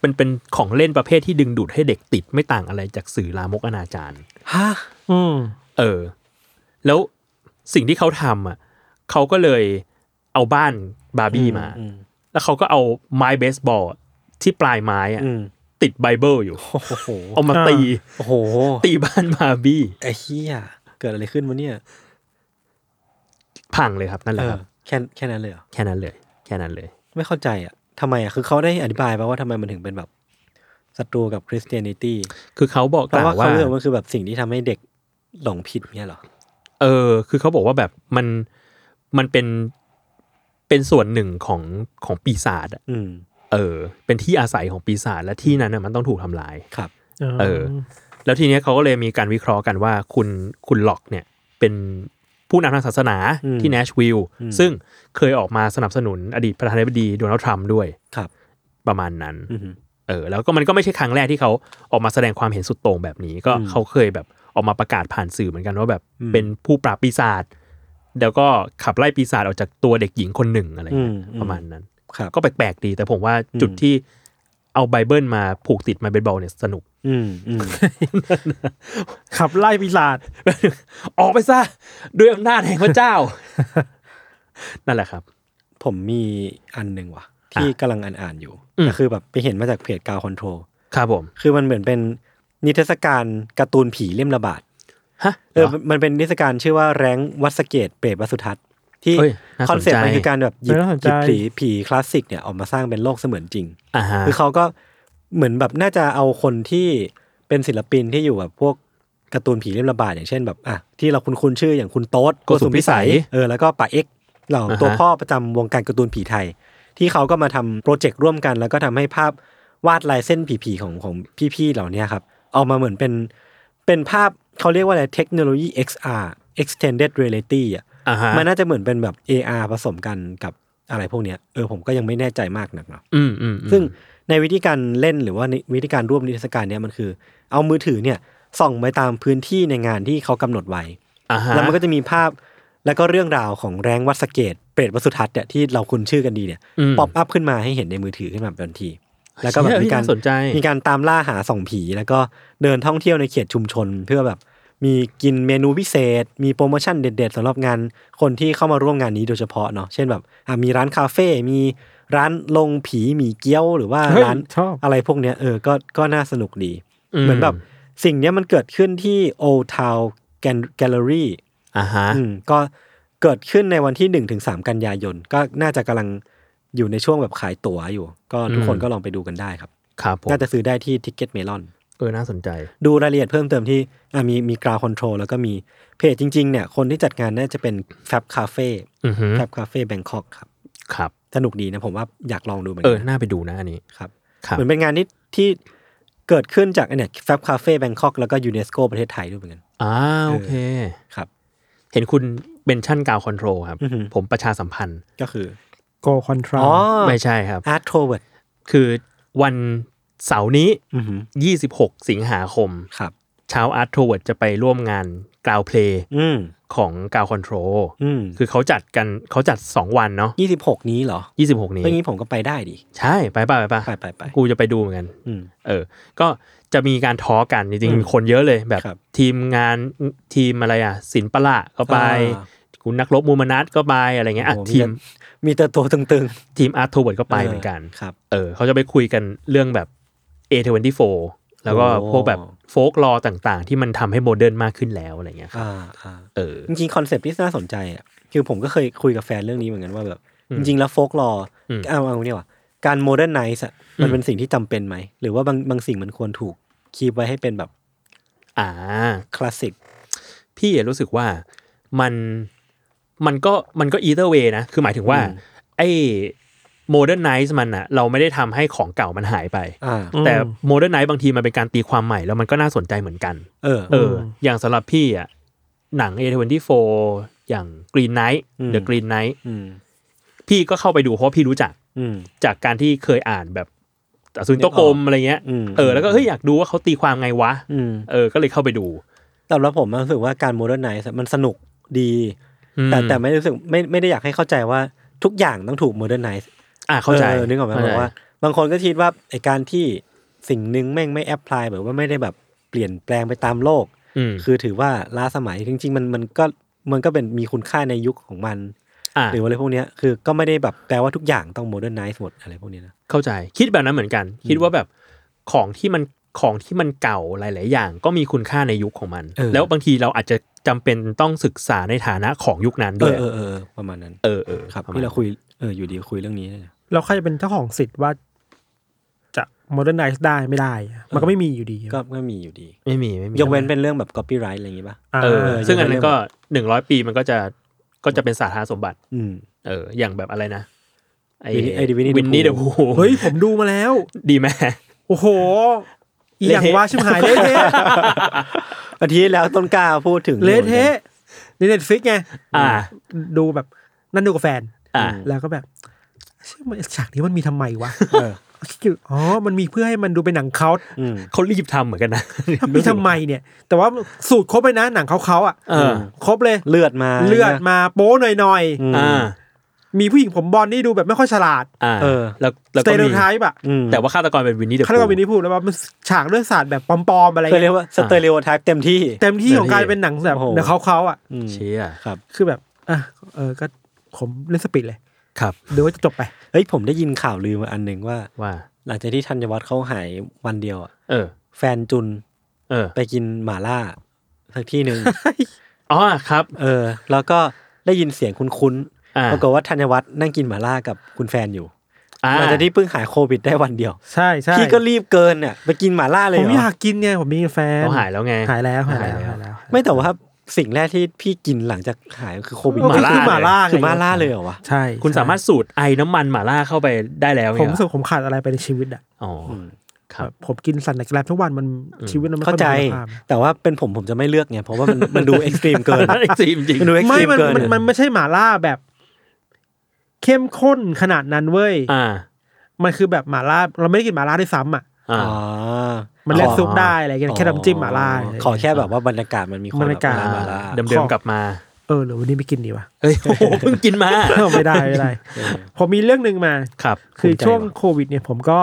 Speaker 4: เป็นเป็นของเล่นประเภทที่ดึงดูดให้เด็กติดไม่ต่างอะไรจากสื่อลามกอนาจาร
Speaker 2: ฮะ
Speaker 3: อืม
Speaker 4: เออ แล้วสิ่งที่เขาทำอ่ะเขาก็เลยเอาบ้านบาร์บี้มา
Speaker 2: อืม
Speaker 4: แล้วเขาก็เอาไม้เบสบอลที่ปลายไม้อะ
Speaker 2: อืม
Speaker 4: ติดไบเบิลอยู่
Speaker 2: โอ้โห
Speaker 4: เอามาตี
Speaker 2: โอ้โห
Speaker 4: ตีบ้านบาร์บี้
Speaker 2: ไอ้เหี้ยเกิดอะไรขึ้นวะเนี่ย
Speaker 4: พังเลยครับ นั่นแห
Speaker 2: เออ
Speaker 4: ละครับ
Speaker 2: แค่แค่นั้นเลยเหรอ
Speaker 4: แค่นั้นเลย แค่นั้นเลย
Speaker 2: ไม่เข้าใจอ่ะทำไมอ่ะคือเขาได้อธิบายป่าว่าทำไมมันถึงเป็นแบบศัตรูกับคริสเตียนิตี้
Speaker 4: คือเขาบอก
Speaker 2: เพ
Speaker 4: กล่า
Speaker 2: ราะ
Speaker 4: ว
Speaker 2: ว่า
Speaker 4: ว่า
Speaker 2: เขาเรื่องมันคือแบบสิ่งที่ทำให้เด็กหลงผิดเนี่ยเหรอ
Speaker 4: เออ คือเขาบอกว่าแบบมันมันเป็นเป็นส่วนหนึ่งของของปีศาจอะ
Speaker 2: อืม
Speaker 4: เออ เป็นที่อาศัยของปีศาจและที่นั้นน่ะมันต้องถูกทำลาย
Speaker 2: ครับ
Speaker 4: เออ แล้วทีเนี้ยเขาก็เลยมีการวิเคราะห์กันว่าคุณคุณล็อกเนี่ย เป็นผู้นำทางศาสนา
Speaker 2: อืม
Speaker 4: ที่แนชวิลล์
Speaker 2: อืม
Speaker 4: ซึ่งเคยออกมาสนับสนุนอดีตประธานาธิบดีโดนัลด์ทรัมป์ด้วย
Speaker 2: ครับ
Speaker 4: ประมาณนั้น
Speaker 2: อืม
Speaker 4: เออแล้วก็มันก็ไม่ใช่ครั้งแรกที่เขาออกมาแสดงความเห็นสุดโต่งแบบนี้ ก็
Speaker 2: อืม
Speaker 4: เขาเคยแบบออกมาประกาศผ่านสื่อเหมือนกันว่าแบบ
Speaker 2: อืม
Speaker 4: เป็นผู้ปราบปีศาจแล้วก็ขับไล่ปีศาจออกจากตัวเด็กหญิงคนหนึ่งอะไร
Speaker 2: อื
Speaker 4: เงี้ย
Speaker 2: มอื
Speaker 4: ประมาณนั้น
Speaker 2: ครับ
Speaker 4: ก็แปลกๆดีแต่ผมว่า
Speaker 2: อืม
Speaker 4: จุดที่เอาไบเบิลมาผูกติดมาเป็นบอลเนี่ยสนุก
Speaker 2: อืมอืม
Speaker 3: ขับไล่ปีศาจ
Speaker 4: ออกไปซะ ด้วยอำนาจแห่งพระเจ้า นั่นแหละครับ
Speaker 2: ผมมีอันหนึ่งว่ะ ที่กำลังอ่านอ่านๆอยู่
Speaker 4: อืม
Speaker 2: แต่คือแบบไปเห็นมาจากเพจกาวคอนโทรล
Speaker 4: ครับผม
Speaker 2: คือมันเหมือนเป็นนิทรรศการการ์ตูนผีเล่มละบาท
Speaker 4: ฮะ
Speaker 2: เออ
Speaker 4: หร
Speaker 2: มันมันเป็นนิทรรศการชื่อว่าแรงวัดสะเกตเปรตวัดสุทัศน์ที่
Speaker 4: เฮ้ยน่าสนใจ
Speaker 2: คอนเซ็ปต์มันคือการแบบหยิบ
Speaker 3: น่าสน
Speaker 2: ห
Speaker 3: ใจ
Speaker 2: ยิบผีผีคลาสสิกเนี่ยออกมาสร้างเป็นโลกเสมือนจริง
Speaker 4: อ่าฮะ
Speaker 2: คือเขาก็เหมือนแบบน่าจะเอาคนที่เป็นศิลปินที่อยู่แบบพวกการ์ตูนผีเล่มระบาดอย่างเช่นแบบอ่ะที่เราคุ้นๆชื่ออย่างคุณโต๊ดเออแล้วก็ป่าเอ็กซ์เหล่าตัวพ่อประจำวงการการ์ตูนผีไทย ที่เขาก็มาทำโปรเจกต์ร่วมกัน แล้วก็ทำให้ภาพวาดลายเส้นผีๆของของพี่ๆเหล่านี้ครับเอามาเหมือนเป็นเป็นภาพเขาเรียกว่าอะไรเทคโนโลยี XR extended reality อ่ะ
Speaker 4: อ่าฮะ
Speaker 2: มันน่าจะเหมือนเป็นแบบ AR ผสมกันกับอะไรพวกเนี้ยเออผมก็ยังไม่แน่ใจมากนักเนาะ
Speaker 4: อืมอืมอืม
Speaker 2: ซึ่งในวิธีการเล่นหรือว่าในวิธีการร่วมนิทรรศการเนี่ยมันคือ เอามือถือเนี่ยส่องไปตามพื้นที่ในงานที่เขากำหนดไว้
Speaker 4: อ่าฮะ
Speaker 2: แล้วมันก็จะมีภาพแล้วก็เรื่องราวของแรงวัดสะเกตเปรตวัดสุทัศน์เนี่ยที่เราคุ้นชื่อกันดีเนี่ย
Speaker 4: ม
Speaker 2: ป๊อปอัพขึ้นมาให้เห็นในมือถือขึ้นมาทันที แล้วก็แบบ
Speaker 4: เฮ้ย
Speaker 2: มีการ
Speaker 4: น่สนใจ
Speaker 2: มีการตามล่าหาส่องผี แล้วก็เดินท่องเที่ยวในเขตชุมชน เพื่อแบบ มีกินเมนูพิเศษ มีโปรโมชั่นเด็ด ๆสำหรับงานคนที่เข้ามาร่วมงานนี้โดยเฉพาะเนาะเช่นแบบอ่ะมีร้านคาเฟ่มีร้านลงผีหมี่เกี๊ยวหรือว่า
Speaker 3: เฮ้ย
Speaker 2: ร้าน
Speaker 3: ชอบ
Speaker 2: อะไรพวกเนี้ยเออก็ก็น่าสนุกดี
Speaker 4: อื
Speaker 2: เหมือนแบบสิ่งเนี้ยมันเกิดขึ้นที่ Old Town Gallery
Speaker 4: อ่าฮะ
Speaker 2: อืมก็เกิดขึ้นในวันที่ 1-3 กันยายน ก็น่าจะกำลังอยู่ในช่วงแบบขายตั๋วอยู่ ก็ทุกคนก็ลองไปดูกันได้ครับ
Speaker 4: ครับผม
Speaker 2: น่าจะซื้อได้ที่ Ticket Melon
Speaker 4: เออน่าสนใจ
Speaker 2: ดูรายละเอียดเพิ่มเติมที่อ่ะมีมีกราวคอนโทรลแล้วก็มีเพจจริงๆเนี่ยคนที่จัดงานน่าจะเป็นแฟบคาเฟ่
Speaker 4: อือฮึ
Speaker 2: แฟบคาเฟ่แบงคอกครับ
Speaker 4: ครับ
Speaker 2: สนุกดีนะผมว่าอยากลองดูเหมือน
Speaker 4: เอ
Speaker 2: กั
Speaker 4: อน น่าไปดูนะอันนี้
Speaker 2: ครับ
Speaker 4: ครับ
Speaker 2: เหมือนเป็นงานที่ที่เกิดขึ้นจากไอ้เนี่ยแฟบคาเฟ่แบงคอกแล้วก็ยูเนสโกประเทศไทยด้วยเหมือนกัน
Speaker 4: อ่าโอเค
Speaker 2: ครับ
Speaker 4: เห็นคุณเบนชั่นกาวคอนโทรครับ
Speaker 2: อือฮึ
Speaker 4: ผมประชาสัมพันธ์
Speaker 2: ก็คือ
Speaker 3: Go Contra
Speaker 2: อ๋อ
Speaker 4: ไม่ใช่ครับ
Speaker 2: อาร์ตโทเวิร์ด
Speaker 4: คือวันเสาร์นี้
Speaker 2: อือหือ
Speaker 4: 26 สิงหาคม
Speaker 2: ครับ
Speaker 4: ชาวอาร์ตโทเวิร์ดจะไปร่วมงานกราวเพลย์
Speaker 2: อืม
Speaker 4: ของกราวคอนโทร
Speaker 2: อืม
Speaker 4: คือเขาจัดกันเขาจัด 2 วันเนาะ
Speaker 2: ยี่สิบหกนี้เหรอ
Speaker 4: 26 นี้
Speaker 2: เรื่องนี้ผมก็ไปได้ดิ
Speaker 4: ใช่ไปป่ะไปป่ะ
Speaker 2: ไปไปไป
Speaker 4: กูจะไปดูเหมือนกัน
Speaker 2: อืม
Speaker 4: เออ ก็จะมีการทอล์กกันจริง
Speaker 2: อืม
Speaker 4: ๆมีคนเยอะเลยแบบ
Speaker 2: ครับ
Speaker 4: ทีมงานทีมอะไรอ่ะศิลปะละก็ไป
Speaker 2: อ่า
Speaker 4: คุณนักรบมูมนัทก็ไปอะไรเงี้ยอ่ะ
Speaker 2: โอ้โหมี
Speaker 4: ทีม
Speaker 2: แต่ มีแต่ตัวตึง
Speaker 4: ทีมอาร์ตโทเวิร์ดก็
Speaker 2: ๆ
Speaker 4: ไปเหมือนกัน
Speaker 2: ครับ
Speaker 4: เออเขาจะไปคุยกันเรื่องแบบ A24 แล้วก็
Speaker 2: โอ้
Speaker 4: พวกแบบโฟกลอต่างๆ ที่มันทำให้โมเดิร์นมากขึ้นแล้วอะไรเงี้ยครับ
Speaker 2: อ่าอ่า
Speaker 4: เออ
Speaker 2: จริงๆคอนเซปต์ที่น่าสนใจอ่ะคือผมก็เคยคุยกับแฟนเรื่องนี้เหมือนกันว่าแบบ
Speaker 4: อืม
Speaker 2: จริง ๆ แล้วโฟกลอร์
Speaker 4: อืม
Speaker 2: เอาเอาเนี่ยว่าการโมเดิร์นไนซ์อ่ะมั
Speaker 4: อื
Speaker 2: น
Speaker 4: ม
Speaker 2: เป็นสิ่งที่จำเป็นไหม หรือว่าบางบางสิ่งมันควรถูกคีบไว้ให้เป็นแบบ
Speaker 4: อ่า
Speaker 2: คลาสสิก
Speaker 4: พี่รู้สึกว่ามันมันก็มันก็อีเตอร์เวนะ คือหมายถึงว่า
Speaker 2: อืม
Speaker 4: ไอ้โมเดิร์นไนซ์มันอะเราไม่ได้ทำให้ของเก่ามันหายไป
Speaker 2: อ่า
Speaker 3: อืม
Speaker 4: แต่โมเดิร์นไนซ์บางทีมันเป็นการตีความใหม่แล้วมันก็น่าสนใจเหมือนกัน
Speaker 2: เออ
Speaker 4: เออ อย่างสำหรับพี่อะหนัง A24 อย่าง Green Knight
Speaker 2: อืม
Speaker 4: The Green Knight
Speaker 2: อืม
Speaker 4: พี่ก็เข้าไปดูเพราะพี่รู้จัก
Speaker 2: อืม
Speaker 4: จากการที่เคยอ่านแบบอสุนโตกรมอะไรเงี้ย
Speaker 2: อืม
Speaker 4: เออ แล้วก็เฮ้ยอยากดูว่าเขาตีความไงวะ
Speaker 2: อืม
Speaker 4: เออ ก็เลยเข้าไปดู
Speaker 2: แต่แล้วผมรู้สึกว่าการโมเดิร์นไนซ์มันสนุกดี
Speaker 4: อืม
Speaker 2: แต่แต่ไม่รู้สึกไม่ไม่ได้อยากให้เข้าใจว่าทุกอย่างต้องถูกโมเดิร์นไนซ์
Speaker 4: อ่าเข้าใจ
Speaker 2: นึกออกไหม
Speaker 4: เข้
Speaker 2: แบบว่า บางคนก็คิดว่าไอการที่สิ่งหนึ่งแม่งไม่แอพพลายแบบว่าไม่ได้แบบเปลี่ยนแปลงไปตามโลก
Speaker 4: อืม
Speaker 2: คือถือว่าล้าสมัยจริง ๆ มันมันก็มันก็เป็นมีคุณค่าในยุคของมัน
Speaker 4: อ่า
Speaker 2: หรืออะไรพวกเนี้ยคือก็ไม่ได้แบบแปลว่าทุกอย่างต้องโมเดิร์นไนซ์หมดอะไรพวกนี้นะ
Speaker 4: เข้าใจคิดแบบนั้นเหมือนกัน คิดว่าแบบของที่มันของที่มันเก่าหลาย ๆ อย่าง ก็มีคุณค่าในยุคของมัน
Speaker 2: เออ
Speaker 4: แล้วบางทีเราอาจจะจำเป็นต้องศึกษาในฐานะของยุคนั้น
Speaker 2: เอ
Speaker 4: ด้วย
Speaker 2: อเออเออประมาณนั้น
Speaker 4: เออเออ
Speaker 2: ครับ
Speaker 4: ปะมณ
Speaker 2: ที่เราคุยเอออยู่ดีคุยเรื่องนี้เนี่ยนะ
Speaker 3: เราใครจะเป็นเจ้าของสิทธิ์ว่า จะโมเดิร์นไนซ์ได้ไม่ได้อะมันก็ไม่มีอยู่ดี
Speaker 2: ก็ก็มีอยู่ดี
Speaker 4: ไม่มีไม่มี
Speaker 2: ยกเว้นเป็นเรื่องแบบ copyright อะไรอย่างงี้ป่ะ
Speaker 3: า
Speaker 4: เออ ซึ่งอัน
Speaker 2: ยกเว้น
Speaker 4: นั้นก็หนึ่งร้อยปีมันก็จะก็จะเป็นสาธารณสมบัติ
Speaker 2: อืม
Speaker 4: เออ อย่างแบบอะไรนะไอ้
Speaker 2: Winnie- ไอ้ Winnie the
Speaker 4: วินนี่เด
Speaker 2: Pooh
Speaker 4: พู
Speaker 3: เฮ้ยผมดูมาแล้ว
Speaker 4: ดีไหม
Speaker 3: โอ้โหอหย่างว่าชิบหายเละเทะ
Speaker 2: อาทิตย์ที่แล้วต้นกล้าพูดถึง
Speaker 3: เละเทะในเน็ตฟิกไง
Speaker 4: อ่า
Speaker 3: ดูแบบนั่นดูกับแฟน
Speaker 4: อ่า
Speaker 3: แล้วก็แบบเชื่อไหมฉากนี้มันมีทำไมวะ
Speaker 2: เออ
Speaker 3: อ๋อ มันมีเพื่อให้มันดูเป็นหนัง เขาท์
Speaker 2: อืม
Speaker 4: เขารีบทำเหมือนกันนะ
Speaker 3: มีทำไมเนี่ย แต่ว่าสูตรครบเลยนะหนังเขาเขาๆอ่ะ
Speaker 4: เออ
Speaker 3: ครบเลย
Speaker 2: เลือดมา
Speaker 3: เลือดมาโป๊หน่อย
Speaker 2: อืม
Speaker 4: อ่า
Speaker 3: ๆ มีผู้หญิงผมบอลนี่ดูแบบไม่ค่อยฉลาด
Speaker 4: อ่า
Speaker 2: เออ
Speaker 4: แล้ว
Speaker 3: ส
Speaker 4: แล้ว
Speaker 3: เต
Speaker 4: ก็
Speaker 3: โอ
Speaker 4: มี
Speaker 3: ไทป์อ่ะ
Speaker 2: อืม
Speaker 4: แต่ว่าฆาตกรเป็นวินนี่เด
Speaker 3: เขาเรียกว่าวินนี่พูดแล้วว่ามันฉากเลือดสาดแบบปลอมๆอะไร
Speaker 2: เคยเรีย
Speaker 3: เงี้ย
Speaker 2: กว่าสเตอริโอไทป์เต็มที่
Speaker 3: เต็มที่ของการเป็นหนังแบบ
Speaker 2: โอ้โห
Speaker 3: หนังเขาเขาๆอ่ะ
Speaker 2: อืม
Speaker 4: เชี่ย
Speaker 2: ครับ
Speaker 3: คือแบบอ่ะเออก็ผมเล่นสปีดเลย
Speaker 4: ครับ
Speaker 3: ดูว่าจะจบไป
Speaker 2: เฮ้ยผมได้ยินข่าวลือมาอันหนึ่งว่า
Speaker 4: ว่า
Speaker 2: หลังจากที่ธัญวัฒน์เขาหายวันเดียวอะ
Speaker 4: เออ
Speaker 2: แฟนจุน
Speaker 4: เออ
Speaker 2: ไปกินหมาล่าสักที่ หนึ่ง
Speaker 4: อ๋อครับ
Speaker 2: เออ แล้วก็ได้ยินเสียงคุ้น
Speaker 4: อ่า
Speaker 2: ๆปรากฏว่าธัญวัฒน์นั่งกินหมาล่ากับคุณแฟนอยู่
Speaker 4: อ่า
Speaker 2: หลังจากที่เพิ่งหายโควิดได้วันเดียว
Speaker 3: ใช่ใช่
Speaker 2: พี่ก็รีบเกินเนี่ยไปกินหมาล่าเลย
Speaker 3: ผม
Speaker 2: เหร
Speaker 3: อยา
Speaker 2: อก
Speaker 3: กินไงผมมีแฟน
Speaker 4: เขาหายแล้วไง
Speaker 3: หายแล้วหาย
Speaker 4: หายแล้
Speaker 3: แล้ว วหายแล้ว
Speaker 2: ไม่แต่ว่าสิ่งแรกที่พี่กินหลังจากหายคือโควิด
Speaker 4: หมาล่า
Speaker 3: ก็คือหมาล่าไง
Speaker 2: คือหมาล่าเลยเหรอวะ
Speaker 3: ใช่
Speaker 4: คุณสามารถสูดไอน้ำมันหม่าล่าเข้าไปได้แล้วไง
Speaker 3: ผ
Speaker 4: เห
Speaker 3: ม
Speaker 4: รอ
Speaker 3: รู้สึกผมขาดอะไรไปในชีวิตอ่ะ
Speaker 4: อ๋ออ
Speaker 2: ม
Speaker 4: ครับ
Speaker 3: ผมกินสันในแกลบทุกวันมันชีวิตมันไม่ค่
Speaker 2: เข้า
Speaker 3: อย
Speaker 2: ใจ
Speaker 3: มีคุณภาพ
Speaker 2: แต่ว่าเป็นผมผมจะไม่เลือกไงเพราะว่ามันมันดูเอ็กซ์ตรีมเกิ น
Speaker 4: ไอซี จริง
Speaker 2: มันดูเอ็กซ์ต
Speaker 3: ไม่
Speaker 2: รีม
Speaker 3: มัน
Speaker 2: เกิน
Speaker 3: มันมันไม่ใช่หมาล่าแบบ เข้มข้นขนาดนั้นเว้ย
Speaker 4: อ่า
Speaker 3: มันคือแบบหมาล่าเราไม่ได้กินหมาล่าด้วยซ้ำอ่ะ
Speaker 4: อ่า
Speaker 2: อ๋อ
Speaker 3: มันแลกซุปได้อะไรเงี้ยแค่น้ำจิ้มหมาล่าะไร
Speaker 2: อ๋อ
Speaker 3: เงี้ย
Speaker 2: ขอแค่แบบว่าบรรยากาศมันมีความ
Speaker 3: บรรยากาศ
Speaker 2: แบบหมาล่า
Speaker 4: เดิมๆกลับมา
Speaker 3: เออหรือวันนี้ไม่กินดีวะ
Speaker 4: เอ้ยโอ้โหเพิ่งกินมา
Speaker 3: ไม่ได้ไม่ได้ผมมีเรื่องหนึ่งมา
Speaker 4: ครับ
Speaker 3: คื
Speaker 2: ภู
Speaker 3: อ
Speaker 2: มิใจ
Speaker 3: ช่วง
Speaker 2: ว่ะ
Speaker 3: โควิดเนี่ยผมก็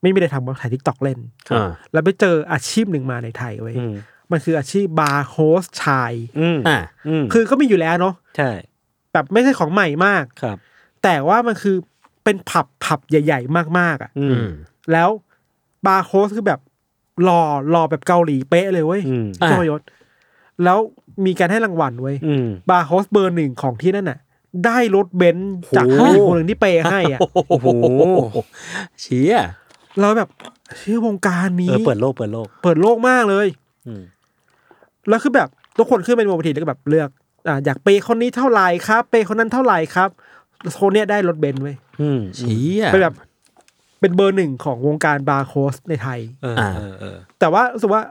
Speaker 3: ไม่มีอะไรทำก็ถ่ายทิกตอกเล่น
Speaker 4: อ่า
Speaker 3: แล้วไปเจออาชีพหนึ่งมาในไทยเว้ย
Speaker 2: อืม
Speaker 3: มันคืออาชีพบาร์โฮสชาย
Speaker 2: อืม
Speaker 4: อ่า
Speaker 2: อืม
Speaker 3: คือก็มีอยู่แล้วเนาะ
Speaker 2: ใช่
Speaker 3: แบบไม่ใช่ของใหม่มาก
Speaker 2: ครับ
Speaker 3: แต่ว่ามันคือเป็นผับผับใหญ่ ๆ มากๆอ่ะ
Speaker 2: อื
Speaker 4: อื
Speaker 2: ม
Speaker 4: ม
Speaker 3: แล้วบาร์โฮสคือแบบหล่อหล่อแบบเกาหลีเป๊ะเลยเว้ย
Speaker 2: อืม
Speaker 4: อ่ะ
Speaker 3: เจ้ายศแล้วมีการให้รางวัลเว้ย
Speaker 2: อืม
Speaker 3: บาร์โฮสเบอร์หนึ่งของที่นั่นน่ะ ได้รถเบนซ์จาก
Speaker 2: โห
Speaker 3: ผู้หญิงคนหนึ่งที่เปย์ให้ อ่ะ
Speaker 2: โอ้โห
Speaker 4: เชี่ย
Speaker 3: เราแบบเชื่อวงการนี้
Speaker 2: เออเปิดโลกเปิดโลก
Speaker 3: เปิดโลกมากเลย
Speaker 2: อืม
Speaker 3: แล้วคือแบบทุกคนขึ้นเป็นวงทีแล้วก็แบบเลือกอ่าอยากเปย์คนนี้เท่าไหร่ครับ เปย์คนนั้นเท่าไหร่ครับคนเนี้ยได้รถเบนซ์เว้ย
Speaker 2: อืม
Speaker 4: เชี่ย
Speaker 3: เป็นแบบ เป็นเบอร์หนึ่งของวงการบาร์โฮสในไทย
Speaker 2: เออ
Speaker 4: อ่า
Speaker 2: เออเออ
Speaker 3: แต่ว่ารู้สึกว่า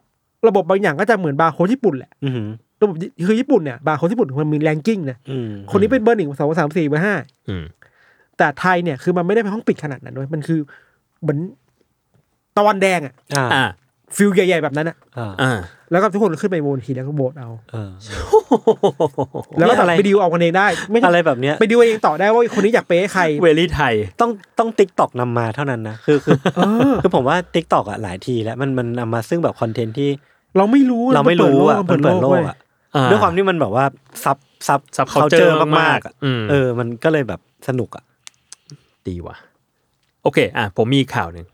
Speaker 3: ระบบบางอย่างก็จะเหมือนบาร์โค้ดญี่ปุ่นแหละ
Speaker 2: อืม
Speaker 3: ระบบคือญี่ปุ่นเนี่ยบาร์โค้ดญี่ปุ่นมันมีแรงกิ้งนะ
Speaker 2: อืม
Speaker 3: คนนี้เป็นเบอร์หนึ่งสองสามสี่เบอร์ห้า
Speaker 4: อืม
Speaker 3: แต่ไทยเนี่ยคือมันไม่ได้เป็นห้องปิดขนาดนั้นด้วยมันคือเหมือนตะวันแดงอะ
Speaker 2: อ่า
Speaker 4: อ่า
Speaker 3: ฟิลใหญ่ๆแบบนั้นอะ
Speaker 2: อ่า
Speaker 4: อ่า
Speaker 3: แล้วก็ทุกคนขึ้นไปโบนทีแล้วก็โบนเอา
Speaker 2: เออ
Speaker 3: แล้วก็
Speaker 2: อะไร
Speaker 3: ไปดิวเอากันเองได้ ไม่ใช่
Speaker 2: อะไรแบบเนี้ย
Speaker 3: ไปดิวเองต่อได้ว่าคนนี้อยาก เป๊ะใคร
Speaker 4: เวลี่ไทย
Speaker 2: ต้องต้องติ๊กตอกนำมาเท่านั้นนะคือคือ
Speaker 3: เออ
Speaker 2: คือผมว่าติ๊กตอกอะหลายทีแล้วมันมันนำมาซึ่งแบบคอนเทนต์ที่
Speaker 3: เราไม่รู้
Speaker 2: เราไม่รู้อะมันเปิดโลก
Speaker 3: เว้ย
Speaker 2: อะด้วยความที่มันแบบว่าซับซับ
Speaker 4: Sub culture
Speaker 2: culture
Speaker 4: มากๆ
Speaker 2: อะ
Speaker 4: อืม
Speaker 2: เออ มันก็เลยแบบสนุกอะ
Speaker 4: ดีว่ะ โอเค อ่ะ ผมมีข่าวหนึ่ง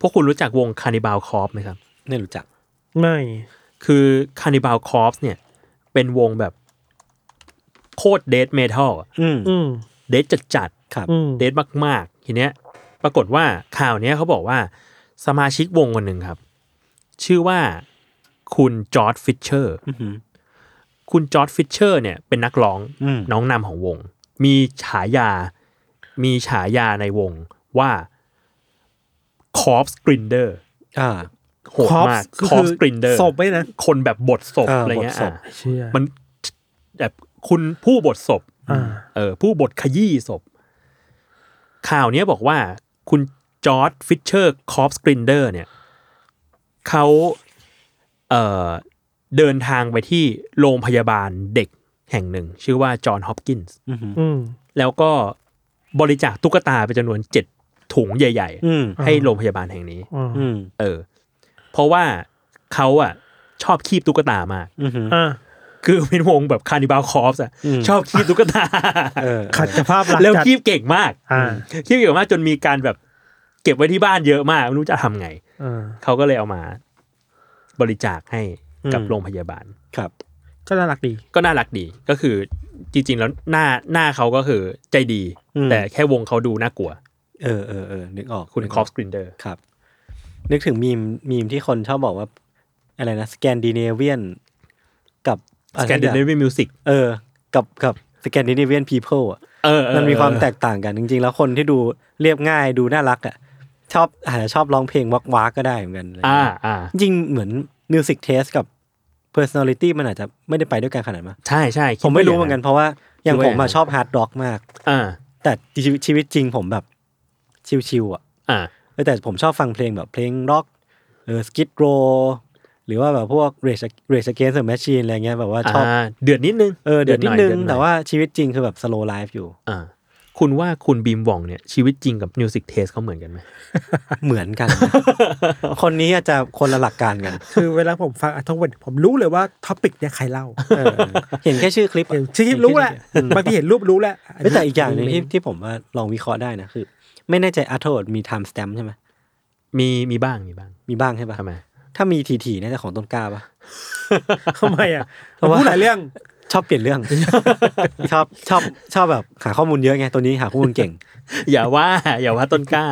Speaker 4: พวกคุณรู้จักวงคานิบาลคอฟไหมครับ
Speaker 2: ไม่รู้จัก
Speaker 3: ไม่
Speaker 4: คือคานิบาลคอฟเนี่ย เป็นวงแบบโคตรเดทเมทัล
Speaker 2: อืม
Speaker 3: อืม
Speaker 4: เดทจัดจัด
Speaker 2: ครับ
Speaker 3: อืม
Speaker 4: เดทมาก ๆ ทีเนี้ย ปรากฏว่าข่าวเนี้ยเขาบอกว่า สมาชิกวงคนหนึ่งครับ ชื่อว่าคุณจอร์ดฟิชเชอร์
Speaker 2: อือหือ
Speaker 4: คุณจอร์ดฟิชเชอร์เนี่ยเป็นนักร้อง
Speaker 2: อืม
Speaker 4: น้องนำของวง มีฉายา มีฉายาในวงว่าคอฟสกรินเดอร์
Speaker 2: อ่า
Speaker 4: โหดมาก
Speaker 3: คือ
Speaker 4: คอฟสกรินเดอร์
Speaker 3: ศพไว้นะ
Speaker 4: คนแบบบทศพ
Speaker 2: เอออ
Speaker 4: อะไรเงี้
Speaker 2: บ
Speaker 4: ย
Speaker 2: ทศพ
Speaker 4: อ่ะ
Speaker 3: เชื่อ
Speaker 4: มันแบบคุณผู้บทศพ
Speaker 3: อ่า
Speaker 4: เออผู้บทขยี้ศพ ข่าวเนี้ยบอกว่าคุณจอร์ดฟิชเชอร์คอฟสกรินเดอร์เนี่ยเขาเอ่อเดินทางไปที่โรงพยาบาลเด็กแห่งหนึ่ง ชื่อว่าจอห์นฮอปกินส์
Speaker 2: อือหือ
Speaker 3: อืม
Speaker 4: แล้วก็บริจาคตุ๊กตาไปจำนวนเจ็ดถุงใหญ่
Speaker 2: อืม
Speaker 4: ๆ ให้โรงพยาบาลแห่งนี้
Speaker 3: อ่า
Speaker 2: อืม
Speaker 4: เออ เพราะว่าเขาอ่ะชอบคีบตุ๊กตามาก
Speaker 2: อือหือ
Speaker 3: อ่า
Speaker 4: คือเป็นวงแบบคาร์นิบาลคอฟส์อ่ะ
Speaker 2: อืม
Speaker 4: ชอบคีบตุ๊กตา
Speaker 2: เออ
Speaker 3: ขัดกับภาพลักษณ์
Speaker 4: แล้ว
Speaker 3: จัด
Speaker 4: คีบเก่งมาก
Speaker 3: อ่า
Speaker 4: เครียดเยอะมากจนมีการแบบเก็บไว้ที่บ้านเยอะมากไม่รู้จะทำไง
Speaker 3: อ่า
Speaker 4: เขาก็เลยเอามาบริจาคให้กับโรงพยาบาล
Speaker 2: ครับ
Speaker 3: ก็น่ารักดี
Speaker 4: ก็น่ารักดีก็คือจริง ๆ แล้วหน้าหน้าเขาก็คือใจดี
Speaker 2: อืม
Speaker 4: แต่แค่วงเขาดูน่ากลัว
Speaker 2: เออเออเออนึกออก
Speaker 4: คุณ
Speaker 2: นึก
Speaker 4: คอฟสกรินเดอร์
Speaker 2: ครับ นึกถึงมีมมีมที่คนชอบบอกว่า อะไรนะสแกนดิเนเวียนกับอะ
Speaker 4: ส
Speaker 2: ไร
Speaker 4: แกนดิ
Speaker 2: สั
Speaker 4: เน
Speaker 2: อย่าง
Speaker 4: เวียนมิวสิก
Speaker 2: เออ กับกับสแกนดิเนเวียนพีเพิลอ่ะ
Speaker 4: เออเออ
Speaker 2: มันมีความแตกต่างกันจริง ๆ แล้วคนที่ดูเรียบง่ายดูน่ารักอ่ะ ชอบอาจจะชอบร้องเพลงวักวากก็ได้เหมือนกันอะไรอย่าง
Speaker 4: อ่า
Speaker 2: เงี้ย
Speaker 4: อ่า
Speaker 2: จริงๆเหมือนมิวสิกเทสกับ personality มันอาจจะไม่ได้ไปด้วยกันขนาดนั้นมั้ย
Speaker 4: ใช่ใช่
Speaker 2: ผมไม่รู้เหมือนกันเพราะว่าอย่างผมอะชอบฮาร์ดร็อกมาก
Speaker 4: อ่า
Speaker 2: แต่ชีวิตชีวิตจริงผมแบบชิวๆอ่ะ
Speaker 4: อ่า
Speaker 2: เออแต่ผมชอบฟังเพลงแบบเพลงร็อกเออสกิทโรหรือว่าแบบพวกเรชเรชเกนส์แมชชีนอะไรเงี้ยแบบว่าชอบ
Speaker 4: าเดือดนิดนึง
Speaker 2: เออเดี๋ยวนิด
Speaker 4: ห
Speaker 2: นึง
Speaker 4: หอย
Speaker 2: แต่ว่าชีวิตจริงคือแบบสโลไลฟ์อยู่
Speaker 4: อ่าคุณว่าคุณบีมวองเนี่ยชีวิตจริงกับมิวสิกเทสเขาเหมือนกันไหม
Speaker 2: เหมือน กันนะ คนนี้อาจจะคนละหลักการกัน
Speaker 3: คือเวลาผมฟังอัทเวนผมรู้เลยว่าท็อปิกเนี่ยใคร เล่า
Speaker 2: เออเห็นแค่ชื่อคลิป
Speaker 3: เห็นชื่อรู้แหละบางทีเห็นรูปรู้แหละ
Speaker 2: เออแต่อีกอย่างหนึ่งที่ที่ผมว่าลองวิเคราะห์ได้นะคือ ไม่แน่ใจอาร์โทมี time stamp ใช่ไหม
Speaker 4: มีมีบ้างมีบ้าง
Speaker 2: มีบ้างใช่ปะ
Speaker 4: ทำไม
Speaker 2: ถ้ามีทีทีน่าจะของต้นกล้าปะ
Speaker 3: ทำไมอ่ะ
Speaker 2: เพราะว่า
Speaker 3: พูดหลายเรื่อง
Speaker 2: ชอบเปลี่ยนเรื่อง ชอบชอบชอบแบบหาข้อมูลเยอะไงตัวนี้หาข้อมูลเก่ง
Speaker 4: อย่าว่า อย่าว่าต้นกล้า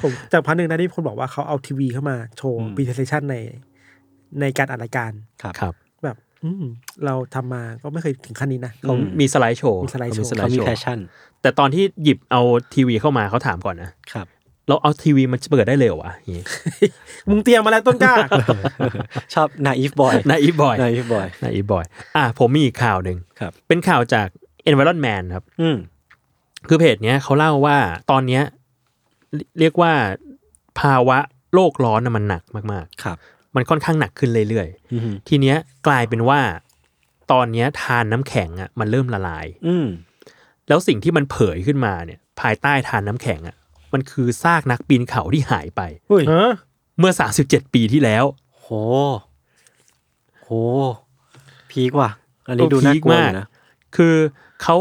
Speaker 3: ผมจากพันหนึ่งนะที่คนบอกว่าเขาเอาทีวีเข้ามาโชว์
Speaker 2: อืม
Speaker 3: พรีเซนเทชันในในการอัดรายการ
Speaker 2: ครับ
Speaker 4: ครับ
Speaker 3: แบบ อืมเราทำมาก็ไม่เคยถึงขั้นนี้นะ
Speaker 2: อืม
Speaker 4: มีสไลด์โชว์
Speaker 3: มีสไลด์โชว์
Speaker 2: เขามีแพชชั่น
Speaker 4: แต่ตอนที่หยิบเอาทีวีเข้ามาเขาถามก่อนนะ
Speaker 2: ครับ
Speaker 4: เราเอาทีวีมันเปิดได้เลยเหรอวะอย่างงี้
Speaker 3: มึงเตรียมมาแล้วต้น กล้า
Speaker 2: ชอบนาอีฟ บอย
Speaker 4: นายอี บอย
Speaker 2: นาอีฟบอย
Speaker 4: นายอีบอย อ่ะผมมีอีกข่าวหนึ่ง
Speaker 2: ครับ
Speaker 4: เป็นข่าวจาก Environment ครับ
Speaker 2: อืม
Speaker 4: คือเพจเนี้ยเขาเล่าว่าตอนเนี้ยเรีเรียกว่าภาวะโลกร้อนน่ะมันหนักมาก
Speaker 2: ครับ
Speaker 4: ๆ มันค่อนข้างหนักขึ้นเรื่อย
Speaker 2: อืม
Speaker 4: ๆ ทีเนี้ยกลายเป็นว่า ตอนเนี้ยทานน้ำแข็งอ่ะมันเริ่มละลาย
Speaker 2: อืม
Speaker 4: แล้วสิ่งที่มันเผยขึ้นมาเนี่ย ภายใต้ฐานน้ำแข็งอะ่ะ มันคือซากนักปีนเขาที่หายไป
Speaker 2: อุ้ย
Speaker 4: เมื่อ 37 ปีที่แล้ว
Speaker 2: โหโห หพีกว่ะอันนี้ดูน่ากลัวอยู่นะ
Speaker 4: คือเขา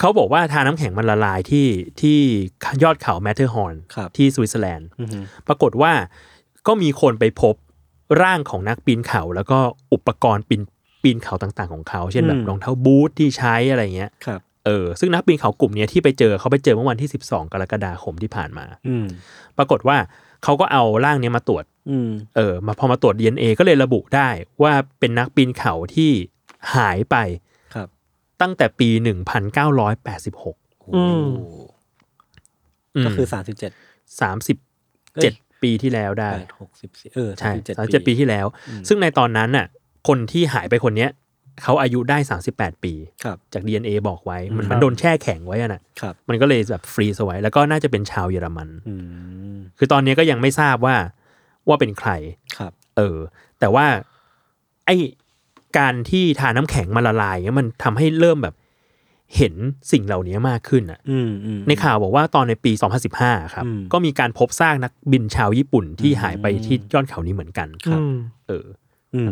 Speaker 4: เขาบอกว่าทาน้ำแข็งมันละลายที่ที่ยอดเขาแมทเทอร์ฮอร์น
Speaker 2: ครับ
Speaker 4: ที่สวิตเซอร์แลนด์
Speaker 2: อือหือ
Speaker 4: ปรากฏว่าก็มีคนไปพบร่างของนักปีนเขา แล้วก็อุปกรณ์ปีนปีนเขาต่างๆของเขา เช่นแบบ
Speaker 2: อืม
Speaker 4: รองเท้าบูทที่ใช้อะไรเงี้ย
Speaker 2: ครับ
Speaker 4: เออ ซึ่งนักปีนเขากลุ่มเนี้ยที่ไปเจอเขาไปเจอเมื่อวันที่ 12 กรกฎาคมที่ผ่านมา
Speaker 2: อืม
Speaker 4: ปรากฏว่าเขาก็เอาร่างเนี้ยมาตรวจ
Speaker 2: อืม
Speaker 4: เออ มาพอมาตรวจ DNA ก็เลยระบุได้ว่าเป็นนักปีนเขาที่หายไป
Speaker 2: ครับ
Speaker 4: ตั้งแต่ปี 1986
Speaker 2: โอ้โห
Speaker 4: อืม
Speaker 2: ก็คือสามสิบเจ็ด เอ้ย
Speaker 4: 37 ปีที่แล้วได้
Speaker 2: แปดหกสิบสี่เออ
Speaker 4: ใช่
Speaker 2: สามสิบเจ็ด
Speaker 4: สามเจ็ดปีที่แล้ว ซึ่งในตอนนั้นน่ะ คนที่หายไปคนเนี้ยเขาอายุได้ 38 ปี
Speaker 2: ครับ
Speaker 4: จาก DNA บอกไว้ มัน
Speaker 2: ครับ
Speaker 4: มันโดนแช่แข็งไว้อะน่ะ
Speaker 2: ครับ
Speaker 4: มันก็เลยแบบฟรีสไว้ แล้วก็น่าจะเป็นชาวเยอรมัน
Speaker 2: อืม
Speaker 4: คือตอนนี้ก็ยังไม่ทราบว่าว่าเป็นใคร
Speaker 2: ครับ
Speaker 4: เออ แต่ว่าไอการที่ทาน้ำแข็งมันละลายเนี่ยมันทำให้เริ่มแบบเห็นสิ่งเหล่านี้มากขึ้นอ่ะ
Speaker 2: อืมอืม
Speaker 4: ในข่าวบอกว่าตอนในปี 2015 ครับ
Speaker 2: อืม
Speaker 4: ก็มีการพบซากนักบินชาวญี่ปุ่นที่หายไปที่ยอดเขานี้เหมือนกัน
Speaker 3: อืม
Speaker 4: เออ
Speaker 2: อืม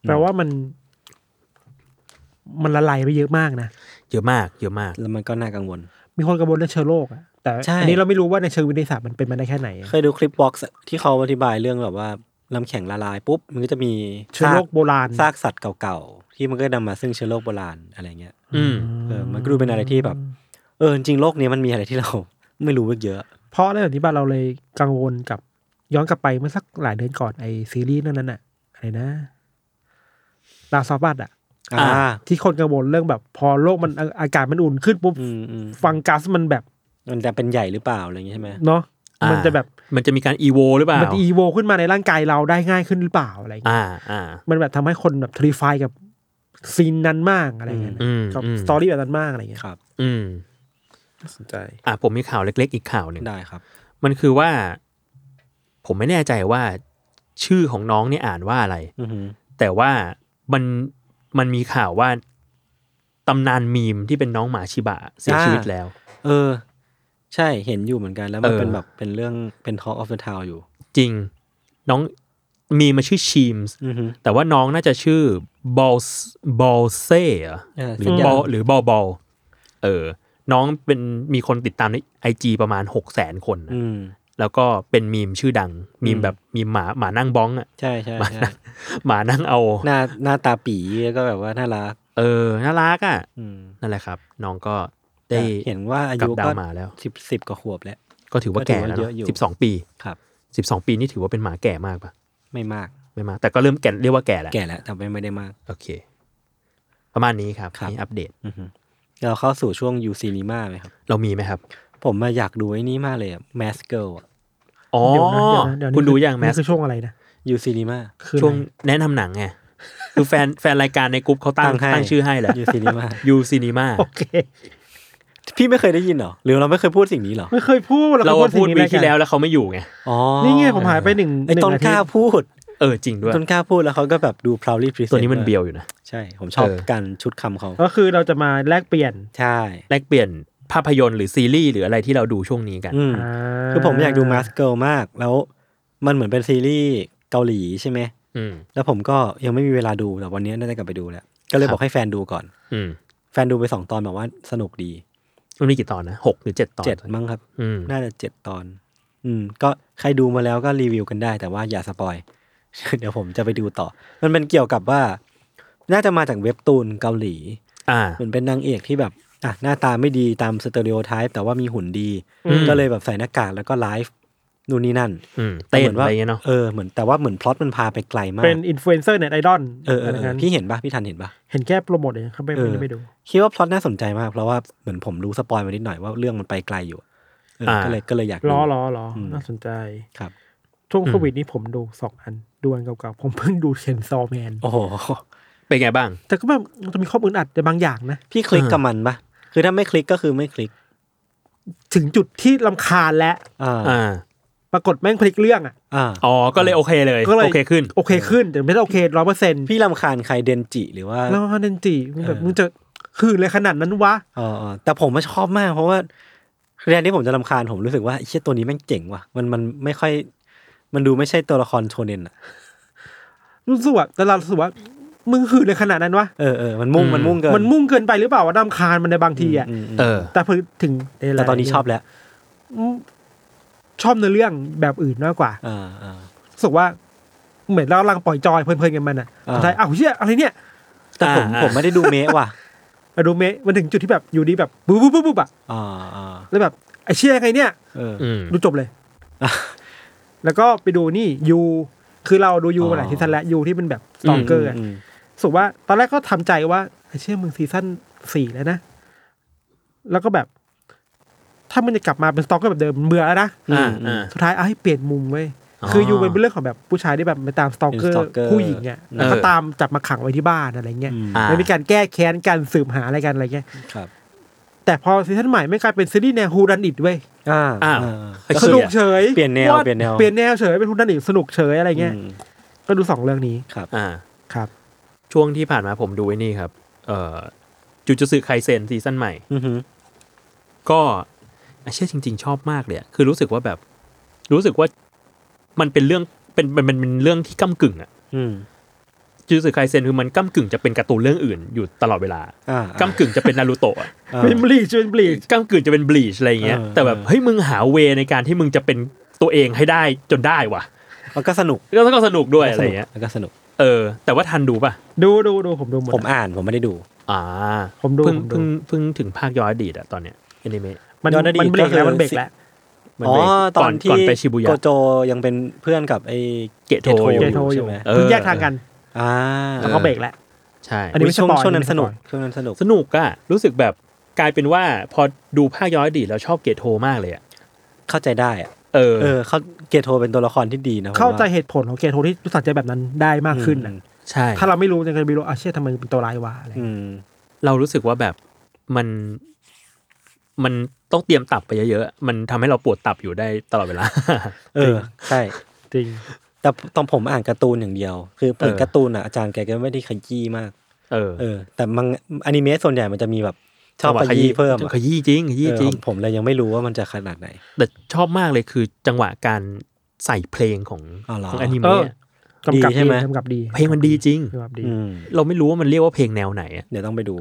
Speaker 3: แปลว่ามัน มันละลายไปเยอะมากนะ
Speaker 4: เยอะมาก เยอะมาก
Speaker 2: แล้วมันก็น่ากังวล
Speaker 3: มีคนกังวลเรื่องเชื้อโรคอะแต่
Speaker 2: ใช่
Speaker 3: อันนี้เราไม่รู้ว่าในเชิงวิทยาศาสตร์มันเป็นมาได้แค่ไหนอะ
Speaker 2: เคยดูคลิปบ็อกซ์ที่เขาอธิบายเรื่องแบบว่าน้ำแข็งละลายปุ๊บ มันก็จะมี
Speaker 3: เชื้อโรคโบราณ
Speaker 2: ซากสัตว์เก่าๆ ที่มันก็นำมาซึ่งเชื้อโรคโบราณอะไรเงี้ย
Speaker 4: อืม
Speaker 2: เออมันก็ดูเป็นอะไรที่แบบ เออจริงๆโลกนี้มันมีอะไรที่เรา ไม่รู้เยอะ
Speaker 3: เพราะเรื่องนี้บ้านเราเลยกังวลกับย้อนกลับไปเมื่อสักหลายเดือนก่อนไอซีรีส์นั่นน่ะอะไรนะลาซอบัตอะ
Speaker 2: อ่า
Speaker 4: อ่า
Speaker 3: ที่คนกังวลเรื่องแบบ พอโลกมันอาอากาศมันอุ่นขึ้นปุ๊บ
Speaker 2: อืมอืม
Speaker 3: ฟังก๊าซมันแบบ
Speaker 2: มันจะเป็นใหญ่หรือเปล่าอะไรอย่างงี้ใช่ไหม
Speaker 3: เนาะ
Speaker 4: อ่า
Speaker 3: มันจะแบบ
Speaker 4: มันจะมีการอีโวหรือเปล่า
Speaker 3: มันอีโวขึ้นมาในร่างกายเราได้ง่ายขึ้นหรือเปล่าอะไรอย่างเงี้ย
Speaker 4: อ่า อ่า
Speaker 3: มันแบบทำให้คนแบบทริฟายกับซีนนั้นมากอะไรเงี้ยนะ
Speaker 4: อืม
Speaker 3: กับ
Speaker 4: อืม
Speaker 3: สตอรี่แบบนั้นมากอะไรเงี้ย
Speaker 2: ครับ
Speaker 4: อืม
Speaker 3: สนใจ
Speaker 4: อ่าผมมีข่าวเล็ก ๆ อีกข่าวหนึ่ง
Speaker 2: ได้ครับ
Speaker 4: มันคือว่า ผมไม่แน่ใจว่า ชื่อของน้องเนี่ยอ่านว่าอะไร
Speaker 2: อือหือ
Speaker 4: แต่ว่ามันมันมีข่าวว่าตำนานมีมที่เป็นน้องหมาชิบะเสียชีวิตแล้ว
Speaker 2: เออ ใช่เห็นอยู่เหมือนกันแล้วมัน
Speaker 4: เออ
Speaker 2: เป็นแบบเป็นเรื่องเป็น Talk of the Town อยู่
Speaker 4: จริง น้องมีมมาชื่อชีมส์
Speaker 2: อือหือ
Speaker 4: แต่ว่าน้องน่าจะชื่อบอลบอลเซ่เหรอ
Speaker 2: เออ
Speaker 4: หรื
Speaker 2: สั
Speaker 4: อก
Speaker 2: อบ ย่าง
Speaker 4: อลหรือบอลบอลเออ น้องเป็นมีคนติดตามในไอจประมาณหกแสนคนนะ
Speaker 2: อืม
Speaker 4: แล้วก็เป็นมีมชื่อดัง มีม
Speaker 2: อืม
Speaker 4: แบบมีมหมาหมานั่งบ้องอะ
Speaker 2: ใช่ใช่ใช่
Speaker 4: หมานั่งเอา
Speaker 2: หน้าหน้าตาปีแล้วก็แบบว่าน่ารัก
Speaker 4: เออน่ารักอะ
Speaker 2: อืม
Speaker 4: นั่นแหละครับ น้องก็ได้
Speaker 2: เห็นว่าอายุ
Speaker 4: กลับดา
Speaker 2: ก็
Speaker 4: วมาแล้ว
Speaker 2: สิบสิบกว่าขวบแล้ว
Speaker 4: ก็ถือว่าแก่แล้ว
Speaker 2: ก็ถือว่าเยอะ
Speaker 4: เนาะ
Speaker 2: อยู่
Speaker 4: สิบสองปี
Speaker 2: ครับ
Speaker 4: สิบสองปีนี่ถือว่าเป็นหมาแก่มากปะ
Speaker 2: ไม่มาก
Speaker 4: ไม่มากแต่ก็เริ่มแก่เรียกว่าแก่แล้ว
Speaker 2: แก่แล้วแต่ไม่ไม่ได้มาก
Speaker 4: โอเค ประมาณนี้ครับ
Speaker 2: ครับ
Speaker 4: นี่อัปเดต
Speaker 2: อือหือเราเข้าสู่ช่วงยูซีนีมาไหมครับ
Speaker 4: เรามีไหมครับ
Speaker 2: ผมมาอยากดูไอ้นี้มากเลยแมสเกิล
Speaker 4: อ๋อ
Speaker 3: เดี๋ยวนะเดี๋ยวนะเดี๋ยวนี้
Speaker 4: คุณดูอย่างแม
Speaker 3: นี่
Speaker 4: ส
Speaker 3: คือช่วงอะไรนะ
Speaker 2: ยูซีนีมา
Speaker 3: คือ
Speaker 4: ช่วง
Speaker 3: อะไร
Speaker 4: แนะนำหนังไง คือแฟนแฟนรายการในกรุ๊ปเขาตั้ง
Speaker 2: ตั้งให้
Speaker 4: ตั้งชื่อให้แหละ
Speaker 2: ยูซีนีมา
Speaker 4: ยูซีนีมา
Speaker 3: โอเค
Speaker 2: พี่ไม่เคยได้ยินเหรอ หรือเราไม่เคยพูดสิ่งนี้เหรอ
Speaker 3: ไม่เคยพูด
Speaker 4: เรา
Speaker 3: เรา
Speaker 4: พูด
Speaker 3: สิ่ง
Speaker 4: วี
Speaker 3: นี้
Speaker 4: ที่
Speaker 3: ยกัน
Speaker 4: แล้วแล้วเขาไม่อยู่ไง
Speaker 2: อ๋อ
Speaker 3: นี่ไงผมหายไปหนึ่ง
Speaker 2: ไอ้ต้น
Speaker 3: ห
Speaker 2: กล้า
Speaker 3: อาทิตย์
Speaker 2: พูด
Speaker 4: เออจริงด้วย
Speaker 2: ต้นกล้าพูดแล้วเขาก็แบบดูพราวลี่พรีเซน
Speaker 4: ตัวนี้มันเบียวอยู่นะ
Speaker 2: ใช่ ผมชอบ
Speaker 4: เออ
Speaker 2: การชุดคำเขา
Speaker 3: ก็คือเราจะมาแลกเปลี่ยน
Speaker 2: ใช่
Speaker 4: แลกเปลี่ยนภาพยนตร์หรือซีรีส์หรืออะไรที่เราดูช่วงนี้กัน
Speaker 2: อืม
Speaker 3: อ่า
Speaker 2: คือผมอยากดูมาสเกิลมาก แล้วมันเหมือนเป็นซีรีส์เกาหลีใช่ไหม
Speaker 4: อืม
Speaker 2: แล้วผมก็ยังไม่มีเวลาดูแต่วันนี้น่าจะกลับไปดูแล้ว ก็เลย
Speaker 4: ครับ
Speaker 2: บอกให้แฟนดูก่อน
Speaker 4: อืม
Speaker 2: แฟนดูไปสองตอนบอกว่าสนุกดี
Speaker 4: มันมีกี่ตอนนะหกหรือเจ็ดตอน
Speaker 2: เจ็ดมั้งครับ
Speaker 4: อืม
Speaker 2: น่าจะเจ็ดตอน อืม ก็ใครดูมาแล้วก็รีวิวกันได้ แต่ว่าอย่าสปอย เดี๋ยวผมจะไปดูต่อ มันเป็นเกี่ยวกับว่า น่าจะมาจากเว็บตูนเกาหลี
Speaker 4: อ่า
Speaker 2: เหมือนเป็นนางเอกที่แบบอ่ะหน้าตาไม่ดีตามสเตอริโอไทป์แต่ว่ามีหุ่นดี
Speaker 4: อืม
Speaker 2: ก็เลยแบบใส่หน้ากากแล้วก็ไลฟ์นู่นนี่นั่น
Speaker 4: อืมเต้
Speaker 2: เห
Speaker 4: น
Speaker 2: มื
Speaker 4: อะไรเงี้ยเนาะ
Speaker 2: เออเหมือนแต่ว่าเหมือนพล็อตมันพาไปไกลมาก
Speaker 3: เป็นอินฟลูเอนเซอร์เน็ตไอดอล
Speaker 2: เออเออเออ
Speaker 3: นั้น
Speaker 2: พี่เห็นปะพี่ทันเห็นปะ
Speaker 3: เห็นแค่โปรโมทเองเขาไม่
Speaker 2: เออ
Speaker 3: ไม่ไปดู
Speaker 2: คิดว่าพล็อตน่าสนใจมาก เพราะว่าเหมือนผมรู้สปอยมานิดหน่อยว่าเรื่องมันไปไกลอยู่เอออา ก็เลยก็เลยอยากดู
Speaker 3: ล้อล้อล้ออ
Speaker 2: ม
Speaker 3: น่าสนใจ
Speaker 2: ครับ
Speaker 3: ช่วง
Speaker 4: อืม
Speaker 3: โควิดนี้ผมดูสองอันดูอันเก่าๆผมเพิ่งดูเชนซอแมน
Speaker 2: โอ้โห
Speaker 4: เป็นไงบ้าง
Speaker 3: แต่ก็แบบมันจะมีข้อมูลอัดในบางอย่างนะ
Speaker 2: พี่คลิกกับมันปะคือถ้าไม่คลิกก็คือไม่คลิก
Speaker 3: ถึงจุดที่ลำคาญและ
Speaker 2: อ่า
Speaker 4: อ่า
Speaker 3: ปรากฏแม่งพลิกเรื่องอ่ะ
Speaker 2: อ่า
Speaker 4: อ๋อ ก็เลยโอเคเลย
Speaker 3: ก็เลย
Speaker 4: โอเคขึ้น
Speaker 3: โอเคขึ้น แต่ไม่ได้โอเคร้อยเปอร์เซ็นต์
Speaker 2: พี่ลำคาญใครเดนจิหรือว่า
Speaker 3: แล้วมันเป็นจีมึงแบบ
Speaker 2: เออ
Speaker 3: มึงจะคืนเลยขนาดนั้นวะ
Speaker 2: เออเออแต่ผมมาชอบมาก เพราะว่าเรียนที่ผมจะลำคาญผมรู้สึกว่าไอ้เชี่ยตัวนี้แม่งเจ๋งว่ะ มันมันไม่ค่อย มันดูไม่ใช่ตัวละครโชเนนอะ
Speaker 3: รู้สึกว่าแต่เรารู้สึกว่ามึงหืนในขนาดนั้นวะ
Speaker 2: เออเออมันมุ่ง
Speaker 4: อืม
Speaker 2: มันมุ่งเกิน
Speaker 3: มันมุ่งเกินไปหรือเปล่าวะนำคาญมันในบางทีอ่ะ
Speaker 2: ม
Speaker 4: เออ
Speaker 3: แต่พอถึง
Speaker 2: แต่ตอนนี้ชอบแล้ว
Speaker 3: อืมชอบในเรื่องแบบอื่นมากกว่า
Speaker 2: อ่าอ่า
Speaker 3: รู้สึกว่าเหมือนเรากำลังปล่อยจอยเพลินๆกันมันอ่ะ
Speaker 2: อ่า
Speaker 3: สุดท้ายอ้าวเชี่ยอะไรเนี่ย
Speaker 2: แต่ผม
Speaker 4: อ่า
Speaker 2: ผมไม่ได้ดูเมะว่ะ
Speaker 3: มาดูเมะมันถึงจุดที่แบบอยู่ดีแบบบู๊บบู๊บบู๊บอ่ะ
Speaker 2: อ่าอ่า
Speaker 3: แล้วแบบไอ้เชี่ยยังไงเนี่ย
Speaker 2: เออ
Speaker 4: อืม
Speaker 3: ดูจบเลย
Speaker 2: อ่ะ
Speaker 3: แล้วก็ไปดูนี่ยูคือเราดูยู
Speaker 2: อ๋อ
Speaker 3: มาหลายซีซั่นแล้วยูที่เป็นแบบสตอมเกอร์อะ
Speaker 2: อืม
Speaker 3: รู้สุว่าตอนแรกก็ทำใจว่าไอ้เชี่ยมึงซีซั่นสี่แล้วนะ แล้วก็แบบ ถ้ามันจะกลับมาเป็นสตอมเกอร์แบบเดิมเบื่อแล้วนะ
Speaker 4: อ่าอ่า
Speaker 3: สุดท้ายเอาให้เปลี่ยนมุมเว้ยคือยูเป็นเรื่องของแบบผู้ชายที่แบบไปตามสตอมเกอร์
Speaker 2: ป็น stalker
Speaker 3: ผู้หญิงอ่ะแล้วก็
Speaker 4: เออ
Speaker 3: ตามจับมาขังไว้ที่บ้านอะไรเงี้ย
Speaker 2: อืม
Speaker 4: อ่า
Speaker 3: แล้วมีการแก้แค้นกันสืบหาอะไรกันอะไรเงี้ย
Speaker 2: ครับ
Speaker 3: แต่พอซีซั่นใหม่ไม่กลายเป็นซีรีส์แนวฮูดันอิดเว้ย
Speaker 2: อ่า
Speaker 4: อ้าว
Speaker 2: อ่า
Speaker 3: สนุกเฉย
Speaker 2: เปลี่ยนแนว
Speaker 3: า
Speaker 2: เปลี่ยนแนว
Speaker 3: เปลี่ยนแนวเฉยเป็นฮูดันอิดสนุกเฉยอะไรเงี้ย
Speaker 2: อืม
Speaker 3: ก็ดูสองเรื่องนี้
Speaker 2: ครับ
Speaker 4: อ่า
Speaker 3: ครับ
Speaker 4: ช่วงที่ผ่านมาผมดูไอ้นี่ครับ เอ่อจูจูสึไคเซนซีซั่นใหม่
Speaker 2: อือหือ
Speaker 4: ก็เชื่อจริง ๆ ชอบมากเลยอะคือรู้สึกว่าแบบ รู้สึกว่ามันเป็นเรื่องเป็นมันมันเป็นเรื่องที่ก้ากึ่งอะ
Speaker 2: อืม
Speaker 4: จูจูสึไคเซนคือมันก้ากึ่งจะเป็นการ์ตูนเรื่องอื่นอยู่ตลอดเวลา
Speaker 2: อ่า
Speaker 4: ก้ากึ่งจะเป็นนารูโตะอะ
Speaker 2: อ่า
Speaker 3: เป็นบลีชเป็นบลีช
Speaker 4: ก้ามกึ่งจะเป็นบลีชอะไรอย่างเงี้ย
Speaker 2: เออ
Speaker 4: แต่แบบ
Speaker 2: เออ
Speaker 4: เฮ้ยมึงหาเวในการที่มึงจะเป็นตัวเองให้ได้จนได้ว่ะ
Speaker 2: มันก็สนุก
Speaker 4: แล้วก็สนุกด้วยอะไรอย่างเงี้ย
Speaker 2: มันก็สนุก
Speaker 4: เออ แต่ว่าทันดูป่ะ
Speaker 3: ดูดูดูผมดูหมด
Speaker 2: ผมอ่านผมไม่ได้ดู
Speaker 4: อ่า
Speaker 3: ผมดู
Speaker 4: เพิ่ง
Speaker 3: ผมดู
Speaker 4: เพิ่งเพิ่งถึงภาคย้อนอดีตอะตอนเนี้ยอนิเมะ
Speaker 3: มัน
Speaker 2: ย้อนอดีต
Speaker 3: มันเบรก
Speaker 2: ก็คือ
Speaker 3: แล้วมันเบรกแล้ว
Speaker 4: มัน
Speaker 2: อ๋อ
Speaker 4: เบรก
Speaker 2: ต
Speaker 4: ก่
Speaker 2: อนที่
Speaker 4: ก่อนไปชิบุยะ
Speaker 2: โกโจยังเป็นเพื่อนกับไอ้
Speaker 4: เกะโทอยู่
Speaker 3: เจโทอ
Speaker 2: ใช่
Speaker 3: ยู่
Speaker 2: ไหม
Speaker 4: เออ
Speaker 3: เพิ่งแยกทางกัน
Speaker 2: อ่า
Speaker 3: แล้วก็เบรกแล้ว
Speaker 4: ใช่
Speaker 3: อันนี้
Speaker 2: อุ๊ยช่วง
Speaker 3: ไม่สปอย
Speaker 2: ช่วงนั้น
Speaker 3: ไม่ส
Speaker 2: ส
Speaker 3: ป
Speaker 2: นุ
Speaker 3: อก ย
Speaker 2: ช่วงนั้นสนุก
Speaker 4: สนุกอะรู้สึกแบบกลายเป็นว่าพอดูภาคย้อนอดีตแล้วชอบเกะโทมากเลยอะ
Speaker 2: เข้าใจได้อะ
Speaker 4: เออ
Speaker 2: เออเขาเกยรติโทเป็นตัวละครที่ดีนะผมว่
Speaker 3: เข้าใจเหตุผลของเกโทที่รู้สักใจแบบนั้นได้มากขึ้นน่ะ
Speaker 4: ใช่
Speaker 3: ถ้าเราไม่รู้จะกันไม่รู้อาเชี่ยทำไมเป็นตัวร้ายวะอะไร
Speaker 2: อืม
Speaker 4: เรารู้สึกว่าแบบมันมันต้องเตรียมตับไปเยอะๆอะมันทำให้เราปวดตับอยู่ได้ตลอดเวลา
Speaker 2: เออใช่
Speaker 3: จริง
Speaker 2: แต่ตอนผมอ่านการ์ตูนอย่างเดียว คือเปิด
Speaker 4: เออ
Speaker 2: การ์ตูนอ่ะอาจารย์แกก็ไม่ได้ขยี้มาก
Speaker 4: เออ
Speaker 2: เออ แต่มังอนิเมะส่วนใหญ่มันจะมีแบบชอบขยี้เพิ่มอะ
Speaker 4: ขยี้จริงขยี้จริง
Speaker 2: เออผมเลยยังไม่รู้ว่ามันจะขนาดไหน
Speaker 4: แต่ชอบมากเลยคือจังหวะการใส่เพลงของ
Speaker 2: อ๋อเหรอ
Speaker 4: ของอนิ
Speaker 3: เออ
Speaker 4: เมะ
Speaker 3: กำกับ
Speaker 2: ดีใช่ไหม
Speaker 3: กำกับดี
Speaker 4: เพลงมันดีจริง
Speaker 3: กำกับดี
Speaker 2: อืม
Speaker 4: เราไม่รู้ว่ามันเรียกว่าเพลงแนวไหนอะ
Speaker 2: เดี๋ยวต้องไปดู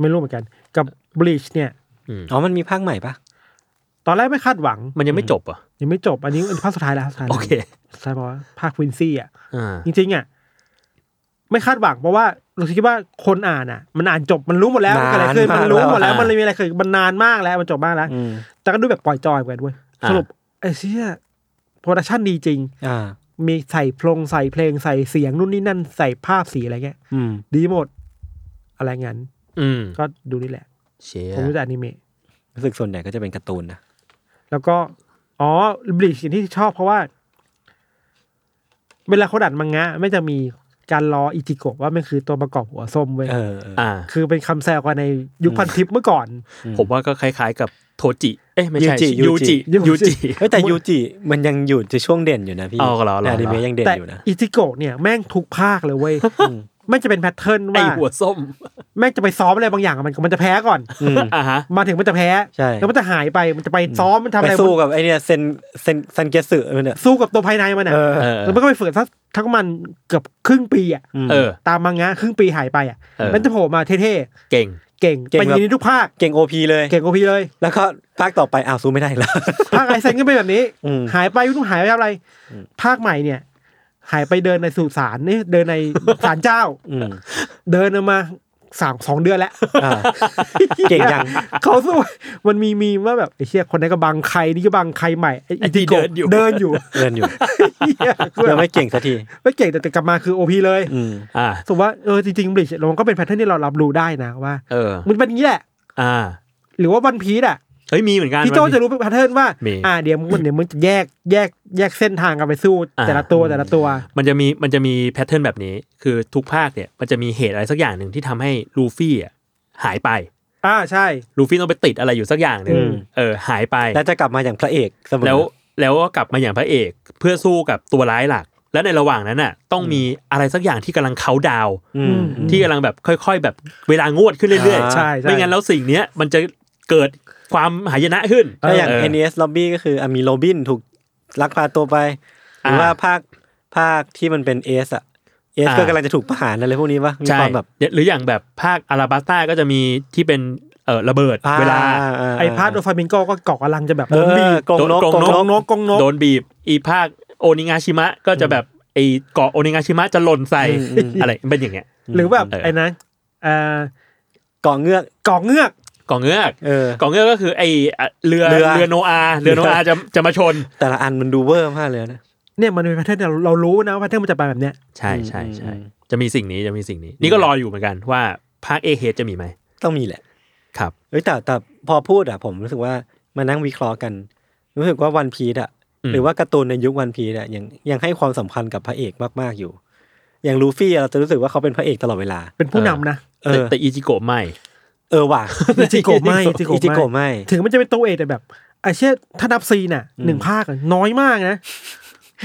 Speaker 3: ไม่รู้เหมือนกัน กับบลีชเนี่ย
Speaker 4: อืม
Speaker 2: อ๋อ มันมีภาคใหม่ปะ
Speaker 3: ตอนแรกไม่คาดหวัง
Speaker 4: มันยังไม่จบเหรอ่ะ
Speaker 3: ยังไม่จบ อันนี้อันนภาคสุดท้ายแล้วสุดท้าย
Speaker 4: โอ
Speaker 3: แล้ว
Speaker 4: เค
Speaker 3: ใช่เพราะว่าภาคควินซี่อ่ะ
Speaker 4: อ่า
Speaker 3: จริงๆอ่ะไม่คาดหวังเพราะว่าเราคิดว่าคนอ่านอ่ะ มันอ่านจบมันรู้หมดแล้วมันเกิดอะไรขึ้นมันรู้หมดแล้วมันเลยมีอะไรเกิดมันนานมากแล้วมันจบมากแล้ว
Speaker 2: อืม
Speaker 3: แต่ก็ดูแบบปล่อยจอยกันด้วย
Speaker 4: อ่า
Speaker 3: สรุปไอ้เชี่ยโปรดักชันดีจริง
Speaker 2: อ่า
Speaker 3: มีใส่พลงใส่เพลงใส่เสียงนู่นนี่นั่นใส่ภาพสีอะไรเงี้ย
Speaker 2: อืม
Speaker 3: ดีหมด อะไรงั้น
Speaker 4: อืม
Speaker 3: ก็ดูนี่แหละ
Speaker 4: เชีย
Speaker 3: ผมรู้จักอนิเมะ
Speaker 2: รู้สึกส่วนใหญ่ก็จะเป็นการ์ตูนนะ
Speaker 3: แล้วก็ อ๋อบลิชที่ชอบเพราะว่า เวลาเขาดัดมังงะไม่จะมีการล้ออิจิโกะว่ามันคือตัวประกอบหัวส้มเว้ย
Speaker 2: เออเออ
Speaker 4: อ่า
Speaker 3: คือเป็นคำแซวกันในยุคพันทิปเมื่อก่อน
Speaker 4: ผมว่าก็คล้ายๆกับโทจิ เอ๊ะไม่ใช่
Speaker 2: ยูจิยูจิ
Speaker 4: ยูจิ
Speaker 3: ยู
Speaker 4: ยู
Speaker 3: จิ
Speaker 4: จิ
Speaker 2: เฮ้ยแต่ยูจิมันยังอยู่ในช่วงเด่นอยู่นะพี่
Speaker 4: เอาเหรอเหรอ
Speaker 2: อนิเมะยังเด่น
Speaker 3: แต่
Speaker 2: อยู่นะ
Speaker 3: อิจิโกะเนี่ยแม่งทุกภาคเลย เว้ยแม่งจะเป็นแพทเทิร์น
Speaker 4: ไอ
Speaker 3: ว่า
Speaker 4: หัวส้ม
Speaker 3: แม่งจะไปซ้อมอะไรบางอย่างกับมันมันจะแพ้ก่อน
Speaker 2: อืม
Speaker 4: อ่าฮะ
Speaker 3: มาถึงมันจะแพ้
Speaker 2: ใช่
Speaker 3: แล้วมันจะหายไปมันจะไปซ้อมมันทำอะ
Speaker 2: ไป
Speaker 3: ไร
Speaker 2: สู้กับไอเนี่ยเซนเซนเซนเกสึเนี่ย
Speaker 3: สู้กับตัวภายในมันอ่ะ
Speaker 2: เออ
Speaker 4: เออ
Speaker 3: แล้วมันก็ไปฝึกทั้งทั้งมันเกือบครึ่งปีอ่ะ
Speaker 2: อืม
Speaker 4: เออ
Speaker 3: ตามมังงะครึ่งปีหายไปอ่ะ
Speaker 4: เออ
Speaker 3: มันจะโผล่มาเท่
Speaker 4: เก่ง
Speaker 3: ๆเก่ง
Speaker 2: เก่ง
Speaker 3: เป็น
Speaker 2: แบบ
Speaker 3: อย่างนี้ทุกภาค
Speaker 2: เก่งโอพีเลย
Speaker 3: เก่งกว่าพี่เลย
Speaker 2: แล้วก็ภาคต่อไปอ้าวสู้ไม่ได้แล้ว
Speaker 3: ภาคไอเซนก็เป็นแบบนี้
Speaker 2: อืม
Speaker 3: หายไปไม่รู้หายไปทำอะไร ภาคใหม่เนี่ย หายไปเดินในสุสานนี่เดินในศาลเจ้า
Speaker 2: อืม
Speaker 3: เดินมาสามสองเดือนแล้ว
Speaker 2: อ่าเก่งยัง
Speaker 3: เขาสู้มันมีมีมว่าแบบไอ้เชี่ยคนนั้นก็บังใครนี่ก็บังใครใหม่ไอ้
Speaker 4: ไอ้ที่
Speaker 3: โกะ
Speaker 4: เดินอยู่
Speaker 3: เดินอยู่
Speaker 2: เดินอยู่
Speaker 3: เหี้ยคือ
Speaker 2: ยัง
Speaker 3: แบบ
Speaker 2: ไม่เก่งสักที
Speaker 3: ไม่เก่งแต่แต่กลับมาคือโอพีเลย
Speaker 2: อืม
Speaker 4: อ่า
Speaker 3: สมมติว่าเออจริงๆบลิชมันก็เป็นแพทเทิร์นที่เรารับรู้ได้นะว่า
Speaker 4: เออ
Speaker 3: มันเป็นอย่างนี้แหละ
Speaker 4: อ่า
Speaker 3: หรือว่าวันพีดอ่ะ
Speaker 4: เฮ้ยมีเหมือนกัน
Speaker 3: พี่โจจะรู้เป็นแพทเทิร์นว่า
Speaker 4: มี
Speaker 3: อ่าเดี๋ยวมึงเดี๋ยวมึงจะแยกแยกแยกเส้นทางกันไปสู้
Speaker 4: อ่า
Speaker 3: แต่ละตัวแต่ละตัว
Speaker 4: มันจะมีมันจะมีแพทเทิร์นแบบนี้ คือทุกภาคเนี่ยมันจะมีเหตุอะไรสักอย่างหนึ่งที่ทำให้ลูฟี่อ่ะหายไป
Speaker 3: อ่าใช่
Speaker 4: ลูฟี่ต้องไปติดอะไรอยู่สักอย่างหนึ่ง
Speaker 3: อืม
Speaker 4: เออหายไป
Speaker 2: แล้วจะกลับมาอย่างพระเอกเสมอ
Speaker 4: แล้วแล้วก็กลับมาอย่างพระเอกเพื่อสู้กับตัวร้ายหลัก และในระหว่างนั้นน่ะ ต้องมีอะไรสักอย่างที่กำลังเขาน์ดาวน์
Speaker 2: อืม
Speaker 4: ที่กำลังแบบค่อย ๆ แบบเวลางวดขึ้นเรื่อย
Speaker 2: อ่า
Speaker 3: ใช่ใช่
Speaker 4: ไม่งั้นแล้วสิ่งเนี้ยมันจะเกิดความหายนะขึ้น
Speaker 2: ถ้าอย่าง
Speaker 4: เ
Speaker 2: NES Lobby ก็คืออ่ะมีโรบินถูกลักพาตัวไป หรือว่า
Speaker 4: อ่า
Speaker 2: ภาคภาคที่มันเป็นเอสอ่ะ เอส
Speaker 4: อ่า
Speaker 2: ก็กำลังจะถูกประหารอะไรพวกนี้ปะมี
Speaker 4: ใช่
Speaker 2: ความแบบ
Speaker 4: หรืออย่างแบบภาคอาราบัสต้าก็จะมีที่เป็นเอ่อระเบิด
Speaker 2: อ่า
Speaker 4: เวลา
Speaker 2: อ่าา
Speaker 3: ไอ้พาร์ทโดฟามิงโกก็เกาะกำลังจะแบบ
Speaker 2: เอ
Speaker 3: โดนบี
Speaker 2: อบ กรงนก
Speaker 4: โด
Speaker 2: กรงนก
Speaker 3: กกรงนก
Speaker 4: โดนบีบ อีภาคโอนิงาชิมะก็จะแบบไอ้เกาะโอนิงาชิมะจะหล่นใส่
Speaker 2: อืมอืม
Speaker 4: อะไรเป็นอย่างเงี้ย
Speaker 3: หรือแบบ
Speaker 4: เออ
Speaker 3: ไอ้นะเอ่อ
Speaker 2: เกาะเงือก
Speaker 3: เกาะเงือก
Speaker 4: เกาะเงือก
Speaker 2: เออ
Speaker 4: เกาะเงือกก็คือไอ้อ่ะเรือ
Speaker 2: เรือ
Speaker 4: เรือโนอาเรือโนอาจะจะมาชน
Speaker 2: แต่ละอันมันดูเวอร์มากเลยนะ
Speaker 3: เนี่ยมันเป็นแพทเทิร์นเราเรารู้นะว่าแพทเทิร์นมันจะไปแบบเนี้ย
Speaker 4: ใช่ใช่ใช่
Speaker 2: อืม
Speaker 4: จะมีสิ่งนี้จะมีสิ่งนี้ นี่ก็รออยู่เหมือนกันว่าภาคเอเฮจะมีไหม
Speaker 2: ต้องมีแหละ
Speaker 4: ครับ
Speaker 2: เอ้ยแต่แต่พอพูดอะผมรู้สึกว่ามานั่งวิเคราะห์กัน รู้สึกว่าวันพีดอะ
Speaker 4: อืม
Speaker 2: หรือว่าการ์ตูนในยุควันพีดอะยังยังให้ความสำคัญกับพระเอกมากๆอยู่ อย่างลูฟี่อะเราจะรู้สึกว่าเขาเป็นพระเอกตลอดเวลา
Speaker 3: เป็นผู้นำนะ
Speaker 2: เอ
Speaker 4: แต่
Speaker 2: อ
Speaker 4: แต่อีจิโกะไม่
Speaker 2: เออว่ะ
Speaker 3: อิจิโกะไม่อิจิโกะไม่
Speaker 2: อิจิโกะไม่
Speaker 3: ถึงมันจะเป็นตัวเอกแต่แบบไอ้เชี่ยถ้านับซีนน่ะหนึ่งภาคอะน้อยมากนะ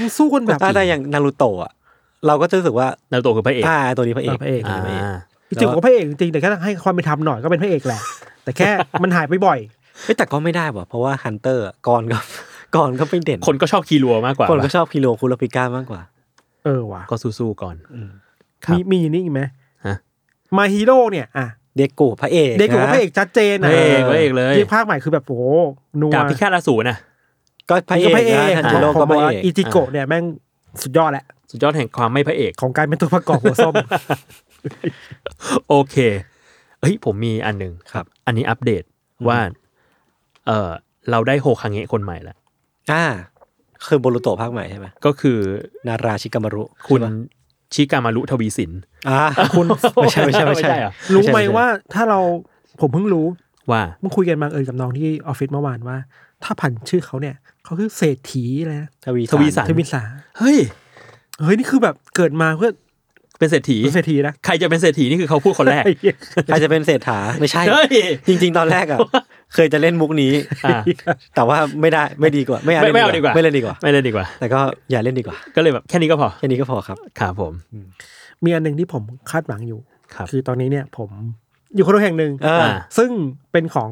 Speaker 3: มันสู้คนแบบ
Speaker 2: ถ้าแต่อย่างนารูโตะอะเราก็จะรู้สึกว่า
Speaker 4: นารูโตะคือพระเอก
Speaker 2: อ่าตัวนี้พระเอก
Speaker 3: เออพระเอก
Speaker 4: อ่า
Speaker 3: จริงๆก็พระเอกจริงๆแต่แค่ให้ความเป็นธรรมหน่อยก็เป็นพระเอกแหละ แต่แค่มันหายไปบ่อย
Speaker 2: เอ้ยแต่ก็ไม่ได้ว่ะเพราะว่าฮันเตอร์อะก่อนก็ ก่อนก็ไม่เด่น
Speaker 4: คนก็ชอบคีรัวมากกว่า
Speaker 2: คนก็
Speaker 4: วะ
Speaker 2: ชอบคิโลคุโรปิก้ามากกว่า
Speaker 3: เออว่ะ
Speaker 4: ก็สู้ๆก่อน ครับ
Speaker 3: มีมีอย่างนี้อีกไหม
Speaker 4: ฮะ
Speaker 3: มาฮีโร่เนี่ยอ่ะ
Speaker 2: เด็กกูพระเอก
Speaker 3: เด็กกับพระเอกชัดเจน
Speaker 4: พ
Speaker 3: นะ
Speaker 4: ระเอกพระเอกเลย
Speaker 3: ที่ภาคใหม่คือแบบโหนัว
Speaker 4: ดาบพิฆาตอสูรนะ
Speaker 2: ก็พระเอกนะทันจิโร่
Speaker 3: ผม
Speaker 2: ก็พ
Speaker 3: บอ
Speaker 2: ระ
Speaker 3: กว่า
Speaker 2: เอก
Speaker 3: อิจิโกะเนี่ยแม่งสุดยอดแหละ
Speaker 4: สุดยอดแห่งความไม่พระเอก
Speaker 3: ของการเป็นตัวประกอบหัวส้ม
Speaker 4: โอเคเฮ้ยผมมีอันหนึ่ง
Speaker 2: ครับ
Speaker 4: อันนี้อัปเดตว่า เออเราได้โฮคังเงะคนใหม่แล้ว
Speaker 2: อ่าคือโบรูโตะภาคใหม่ใช่ไหม
Speaker 4: ก็คือ
Speaker 2: นาราชิกามารุ
Speaker 4: คุณ
Speaker 2: ใช่ปะ
Speaker 4: ชิกามารุทวีสิน
Speaker 2: อ่าคุณไม่ใช่ไม่ใช่ไม่ใช่
Speaker 4: เหรอ
Speaker 3: รู้ไหม
Speaker 2: ใช่
Speaker 3: ว่าถ้าเราผมเพิ่งรู้
Speaker 4: ว่า
Speaker 3: มึงคุยกันมาเอ่ยกับน้องที่ออฟฟิศเมื่อวานว่า ถ้าผันชื่อเขาเนี่ย เขาคือเศรษฐีอะไรนะ
Speaker 2: ทวี
Speaker 4: ทวีสั ผัน
Speaker 3: ทวินสา
Speaker 4: เฮ้ย
Speaker 3: เฮ้ย นี่คือแบบเกิดมาเพื่อ
Speaker 4: เป็นเศรษฐี
Speaker 3: เป็นเศรษฐีนะ
Speaker 4: ใครจะเป็นเศรษฐีนี่คือเขาพูดคนแรก
Speaker 3: ไอ้เหี้ย
Speaker 2: ใครจะเป็นเศรษฐาไม่ใช่
Speaker 4: เฮ้ย
Speaker 2: จริง ๆ ตอนแรกอ่ะ เคยจะเล่นมุกนี้
Speaker 4: อ่า
Speaker 2: แต่ว่าไม่ได้ไม่ดีกว่าไม่
Speaker 4: ไม่ไม่เอาดีกว่า
Speaker 2: ไม่เล่นดีกว่า
Speaker 4: ไม่เลยดีกว่า
Speaker 2: แต่ก็อย่าเล่นดีกว่า
Speaker 4: ก็เลยแบบแค่นี้ก็พอ
Speaker 2: แค่นี้ก็พอครับ
Speaker 4: ครับผม
Speaker 3: มีอันหนึ่งที่ผมคาดหวังอยู่
Speaker 4: ครับ
Speaker 3: คือตอนนี้เนี่ย ผมอยู่คอนโดแห่งหนึ่ง
Speaker 2: เออ
Speaker 3: ซึ่งเป็นของ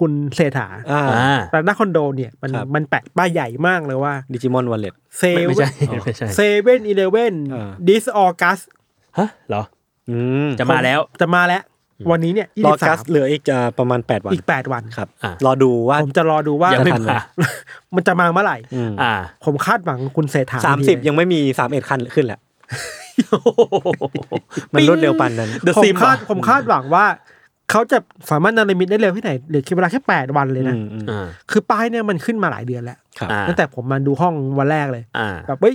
Speaker 3: คุณเศรษฐา
Speaker 2: อ่า
Speaker 4: อ่า
Speaker 3: แต่หน้าคอนโดเนี่ยมัน
Speaker 2: ครับ
Speaker 3: มันแปะป้ายใหญ่มากเลยว่า
Speaker 2: ดิจิมอนวอลเล็ต
Speaker 3: เซ
Speaker 4: ไม่ไม่
Speaker 3: เว่
Speaker 4: ใช่
Speaker 3: น
Speaker 4: ไม่ใช่
Speaker 3: เซเว่นอีเลเว่น
Speaker 2: อ่า
Speaker 3: ดิสออกัส
Speaker 4: ฮะเหรอ
Speaker 2: อืม
Speaker 4: จะมาแล้ว
Speaker 3: จะมาแล้ว วันนี้เนี่ย
Speaker 2: รอ
Speaker 3: 23
Speaker 2: กัสเหลืออีกจะประมาณ 8 วัน
Speaker 3: อีกแปดวัน
Speaker 2: ครับ
Speaker 4: อ่ะ
Speaker 2: รอดูว่า
Speaker 3: ผมจะรอดูว่า
Speaker 4: ยังไม่
Speaker 2: ทันไหม
Speaker 4: มา
Speaker 3: มันจะมาเมื่อไหร่
Speaker 2: อืม
Speaker 4: อ่า
Speaker 3: ผมคาดหวังคุณเศรษฐา
Speaker 2: สามสิบ
Speaker 3: ทีเล
Speaker 2: ยังไม่มีสามเอ็ดคันขึ้นแหละ มัน
Speaker 4: ปิ๊ง
Speaker 2: รวดเร็วปานนั้น
Speaker 4: The
Speaker 3: ผม
Speaker 4: Sims
Speaker 3: คาด
Speaker 4: เหรอ
Speaker 3: ผมคาดหวังว่า เขาจะสามารถนาริมิตได้เร็วที่ไหนเหลือแค่เวลาแค่แปดวันเลยนะ
Speaker 2: อืมอืม
Speaker 4: อ่า
Speaker 3: คือป้ายเนี่ยมันขึ้นมาหลายเดือนแล้ว
Speaker 2: ครับ
Speaker 4: อ่า
Speaker 3: ตั้งแต่ผมมาดูห้องวันแรกเลย
Speaker 4: อ่า
Speaker 3: แบบเฮ้ย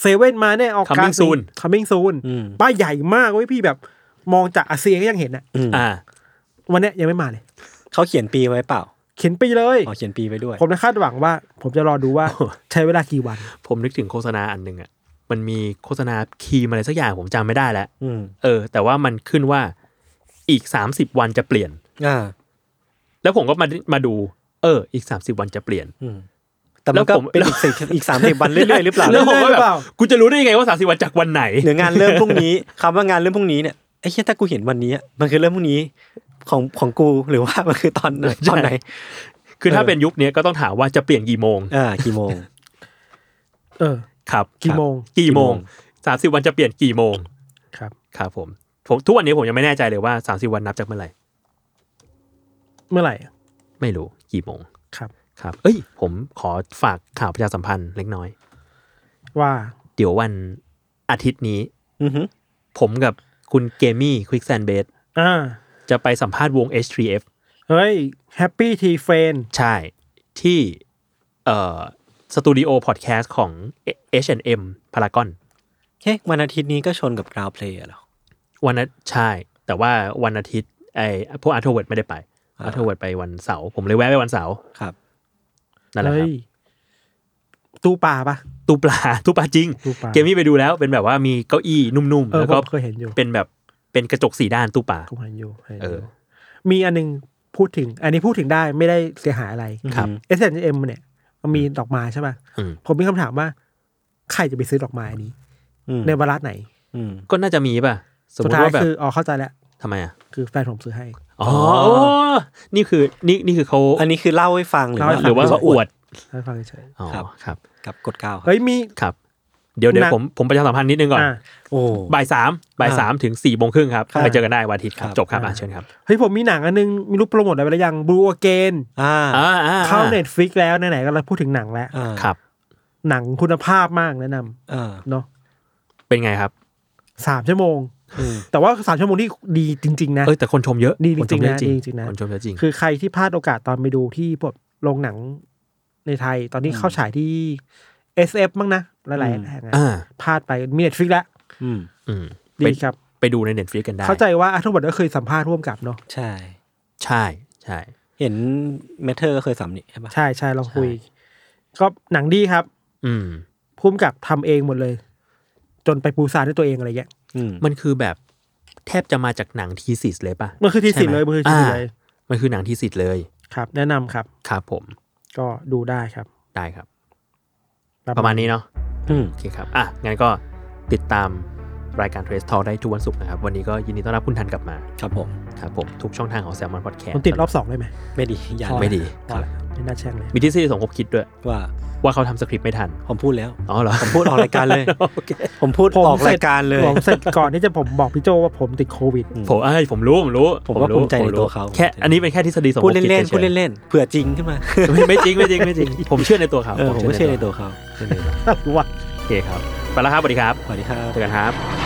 Speaker 3: เซเว่นมาแน่ออก
Speaker 4: Coming soon
Speaker 3: คัมมิ่งซูน
Speaker 2: อืม
Speaker 3: ป้ายใหญ่มากเว้ยพี่แบบมองจากอาเซียก็ยังเห็นอะ
Speaker 2: อืม
Speaker 4: อ่า
Speaker 3: วันเนี้ยยังไม่มาเลย
Speaker 2: เขาเขียนปีไว้เปล่า
Speaker 3: เขียนไปเลย
Speaker 2: อ๋อเขียนปีไว้ด้วย
Speaker 3: ผมนะคาดหวังว่า ผมจะรอดูว่า ใช้เวลากี่วัน
Speaker 4: ผมนึกถึงโฆษณาอันหนึ่งอ่ะ มันมีโฆษณาครีมอะไรสักอย่างผมจำไม่ได้แล้ว
Speaker 2: อืม
Speaker 4: เออ แต่ว่ามันขึ้นว่าอีกสามสิบวันจะเปลี่ยน
Speaker 2: อ่า
Speaker 4: แล้วผมก็มามาดู เออ อีกสามสิบวันจะเปลี่ยน
Speaker 2: อืมแต่ มันก็
Speaker 4: แล้วผม
Speaker 2: เป็นอีกสิบอีกสามสิบวันเรื่อยๆหรือเปล่า
Speaker 4: แล้วผมก็
Speaker 3: เรื่อยๆห
Speaker 4: แบ
Speaker 3: รือ
Speaker 4: บ
Speaker 3: เปล่า
Speaker 4: กูจะรู้ได้ยังไงว่าสามสิบวันจากวันไหน
Speaker 2: หรืองานเริ่มพรุ่งนี้คำว่างานเริ่มพรุ่งนี้เนี่ยไอ้เชี่ยถ้ากูเห็นวันนี้อะมันคือเริ่มพรุ่งนี้ของของกูหรือว่า มันคือตอนไหน
Speaker 4: ใช่
Speaker 2: ตอนไหน
Speaker 4: คือถ้าเป็นยุคเนี้ยก็ต้องถามว่าจะเปลี่ยนกี่โมง
Speaker 2: อ่ากี่โมง
Speaker 3: เออ
Speaker 4: ครับ
Speaker 3: กี่โมง
Speaker 4: กี่โมง
Speaker 2: กี่โม
Speaker 4: สามสิบวันจะเปลี่ยนกี่โมง
Speaker 3: ครับ
Speaker 4: ครับผมผมทุกวันนี้ผมยังไม่แน่ใจเลยว่าสามสิบวันนับจากเมื่อไหร่
Speaker 3: เมื่อไหร่อะ
Speaker 4: ไม่รู้กี่โมง
Speaker 3: ครับ
Speaker 4: ครับ เอ้ย ผมขอฝากข่าวประชาสัมพันธ์เล็กน้อย
Speaker 3: ว่า
Speaker 4: เดี๋ยววันอาทิตย์นี้
Speaker 2: อือหือ
Speaker 4: ผมกับคุณเกมี่ควิกแซนเบส
Speaker 3: อ่า
Speaker 4: จะไปสัมภาษณ์วง H3F
Speaker 3: เฮ้ยแฮปปี้ทีเฟน
Speaker 4: ใช่ ที่เอ่อสตูดิโอพอดแคสต์ของ H&M พารากอน
Speaker 2: เฮ้ยวันอาทิตย์นี้ก็ชนกับกราวเพลย์เหรอ
Speaker 4: วันนั้นใช่ แต่ว่าวันอาทิตย์ไอพวกอาร์ทเวิร์ดไม่ได้ไป
Speaker 2: อ่า
Speaker 4: อาร์ทเวิร์ดไปวันเสาร์ผมเลยแวะไปวันเสาร์
Speaker 2: ครับ
Speaker 4: นั่นแหละครับ
Speaker 3: เฮ้ยตู้ปลาปะ
Speaker 4: ตูปลา ตูปลาจริง
Speaker 3: ตู้ปลา
Speaker 4: เกมมี่ไปดูแล้วเป็นแบบว่ามีเก้าอี้นุ่ม
Speaker 3: เอ
Speaker 4: ๆ
Speaker 3: อ
Speaker 4: แล้ว
Speaker 3: ผ
Speaker 4: ก็
Speaker 3: มเคยเห็นอยู่
Speaker 4: เป็นแบบเป็นกระจกสีด้านตูปลา
Speaker 3: ผมเห็นอยู่เห็น
Speaker 4: เอ
Speaker 3: อ
Speaker 4: อ
Speaker 3: ยู่มีอันนึงพูดถึง อันนี้พูดถึงได้ไม่ได้เสียหายอะไร
Speaker 4: ครับ
Speaker 2: อือหือ
Speaker 3: เอสเอ็มเนี่ยมันมีดอกไม้ใช่ป่ะ
Speaker 4: อืม
Speaker 3: ผมมีคำถามว่า ใครจะไปซื้อดอกไม้นี้
Speaker 2: อืม
Speaker 3: ในวาระไหน
Speaker 2: อืม
Speaker 4: ก็น่าจะมีป่ะ สม
Speaker 3: สุด
Speaker 4: มติ
Speaker 3: ท้าย
Speaker 4: ว่าแบบ
Speaker 3: คืออ๋อเข้าใจแล้ว
Speaker 4: ทำไมอ่ะ
Speaker 3: คือแฟนผมซื้อให้
Speaker 4: อ๋อ นี่คือนี่นี่คือเขา
Speaker 2: อันนี้คือเล่าให้ฟังหรือ
Speaker 3: เล่า
Speaker 2: ว่า
Speaker 3: ให้
Speaker 4: ห
Speaker 3: ฟัง
Speaker 4: รือว่าเขาอวด
Speaker 3: ให้ฟังเฉย
Speaker 4: อ๋อ
Speaker 2: ครับ
Speaker 4: ครับ
Speaker 2: กับกดเก้า
Speaker 3: ๆเฮ้ยมี
Speaker 4: ครับ เดี๋ยวเดี๋ยว
Speaker 3: หนัก
Speaker 4: ผมผมประชาสัมพันธ์นิดนึงก่อน
Speaker 3: ะ
Speaker 2: โอ้
Speaker 4: บ่ายสามบ่ายสามถึงสี่โมงครึ่งครับ
Speaker 2: ครับ
Speaker 4: ไปเจอกันได้วันอาทิตย์ครับ
Speaker 2: ครับ
Speaker 4: จบครับอ่ะเชิญครับ
Speaker 3: เฮ้ยผมมีหนังอันนึงไมีรู้โปรโมทอะไรไปหรือยังบลูอเกน
Speaker 2: อ่า
Speaker 4: อ่าอ่
Speaker 3: เข้าเน็ตฟิกแล้วไหนๆก็เราพูดถึงหนังแล้ว
Speaker 2: อ่า
Speaker 4: ครับ
Speaker 3: หนังคุณภาพมากแนะนำ
Speaker 2: อ่า
Speaker 3: เนาะ
Speaker 4: เป็นไงครับ
Speaker 3: สามชั่วโมง
Speaker 2: อืม
Speaker 3: แต่ว่าสามชั่วโมงที่ดีจริง ๆ นะ
Speaker 4: เอ้ยแต่คนชมเยอะ
Speaker 3: ดี
Speaker 4: คนชมเยอะจ
Speaker 3: จริ
Speaker 4: ริง
Speaker 3: งๆนะดีจริงๆนะ
Speaker 4: คนชมเยอะจริง
Speaker 3: คือใครที่พลาดโอกาสตอนไปดูที่พวกโรงหนังในไทย ตอนนี้เข้าฉายที่ SF มั้งนะหลาย
Speaker 2: อืม
Speaker 3: ๆแห่งอะ
Speaker 4: อ่า
Speaker 3: พลาดไปมีเน็ตฟิกแล้ว
Speaker 2: อืม
Speaker 4: อืมไป
Speaker 3: ดีครับ
Speaker 4: ไปดูในเน็ตฟ i ิกกันได้
Speaker 3: เข้าใจว่า อาร์ตเทอร์เวิร์ดก็เคยสัมภาษณ์ร่วมกับเนาะ
Speaker 2: ใช่
Speaker 4: ใช่ใช่
Speaker 2: เห็นเมเทอร์ก็เคยสัมนี่ใช่ปะ
Speaker 3: ใช่ใช่เราคุย
Speaker 4: ใช่
Speaker 3: ก็หนังดีครับ
Speaker 4: อืม
Speaker 3: พุ่มกับทำเองหมดเลย จนไปปูซานด้วยตัวเองอะไรเงี้ย
Speaker 2: อืม
Speaker 4: มันคือแบบแทบจะมาจากหนังทีสิสเลยปะ
Speaker 3: มันคือทีสิท
Speaker 4: ใช่ไห
Speaker 3: ธิ์เลยมันคือทีสิทธิ์เลย
Speaker 4: ามันคือหนังทีสิสเลย
Speaker 3: ครับ แนะนำครับ
Speaker 4: ครับผม
Speaker 3: ก็ดูได้ครับ
Speaker 4: ได้ครับ ประมาณนี้เนาะ
Speaker 2: อืม
Speaker 4: โอเคครับอ่ะงั้นก็ติดตามรายการ Trace Talk ได้ทุกวันศุกร์นะครับ วันนี้ก็ยินดีต้อนรับคุณทันกลับมา
Speaker 2: ครับผม
Speaker 4: ครับผมทุกช่องทางของ Salmon Podcast
Speaker 3: มันติดรอบสองได้ไหม
Speaker 2: ไม่ดีอย่า
Speaker 3: พอ
Speaker 4: ไม่ดี
Speaker 3: พ
Speaker 4: ค
Speaker 3: อ
Speaker 4: รับ
Speaker 3: ละไม่น่าแช่งเลย
Speaker 4: มีที่ซีสมคบคิดด้วย
Speaker 2: ว่า
Speaker 4: ว่าเขาทำสคริปต์ไม่ทัน
Speaker 2: ผมพูดแล้ว
Speaker 4: อ๋อเหรอ
Speaker 2: ผมพูดออกรายการเลย
Speaker 4: โอเค
Speaker 2: ผมพูดออกรายการเลย
Speaker 3: ผมเสร็จก่อนที่จะผมบอกพี่โจว่าผมติดโควิด
Speaker 2: อืม
Speaker 4: ผมเอ้ยผมรู้ผมรู้
Speaker 2: ผมว่าภู
Speaker 4: รู้
Speaker 2: มิใจในตัวเขา
Speaker 4: แค่อันนี้เป็นแค่ทฤษฎีสมคบ
Speaker 2: พูด
Speaker 4: คิด
Speaker 2: เล่น
Speaker 4: ฉ
Speaker 2: ๆ
Speaker 4: ยๆ
Speaker 2: พูดเล่นๆเผื่อจริงขึ้นมา
Speaker 4: ไม่ไม่จริงไม่จริงไม่จริง ผมเชื่อในตัวเขา
Speaker 2: เออผมก็เชื่อในตัวเขาเชื่อในตัวเขา
Speaker 4: โอเคครับ ไปแล้วครับสวัสดีครับ
Speaker 2: สวัสดีครับ
Speaker 4: เจอกันครับ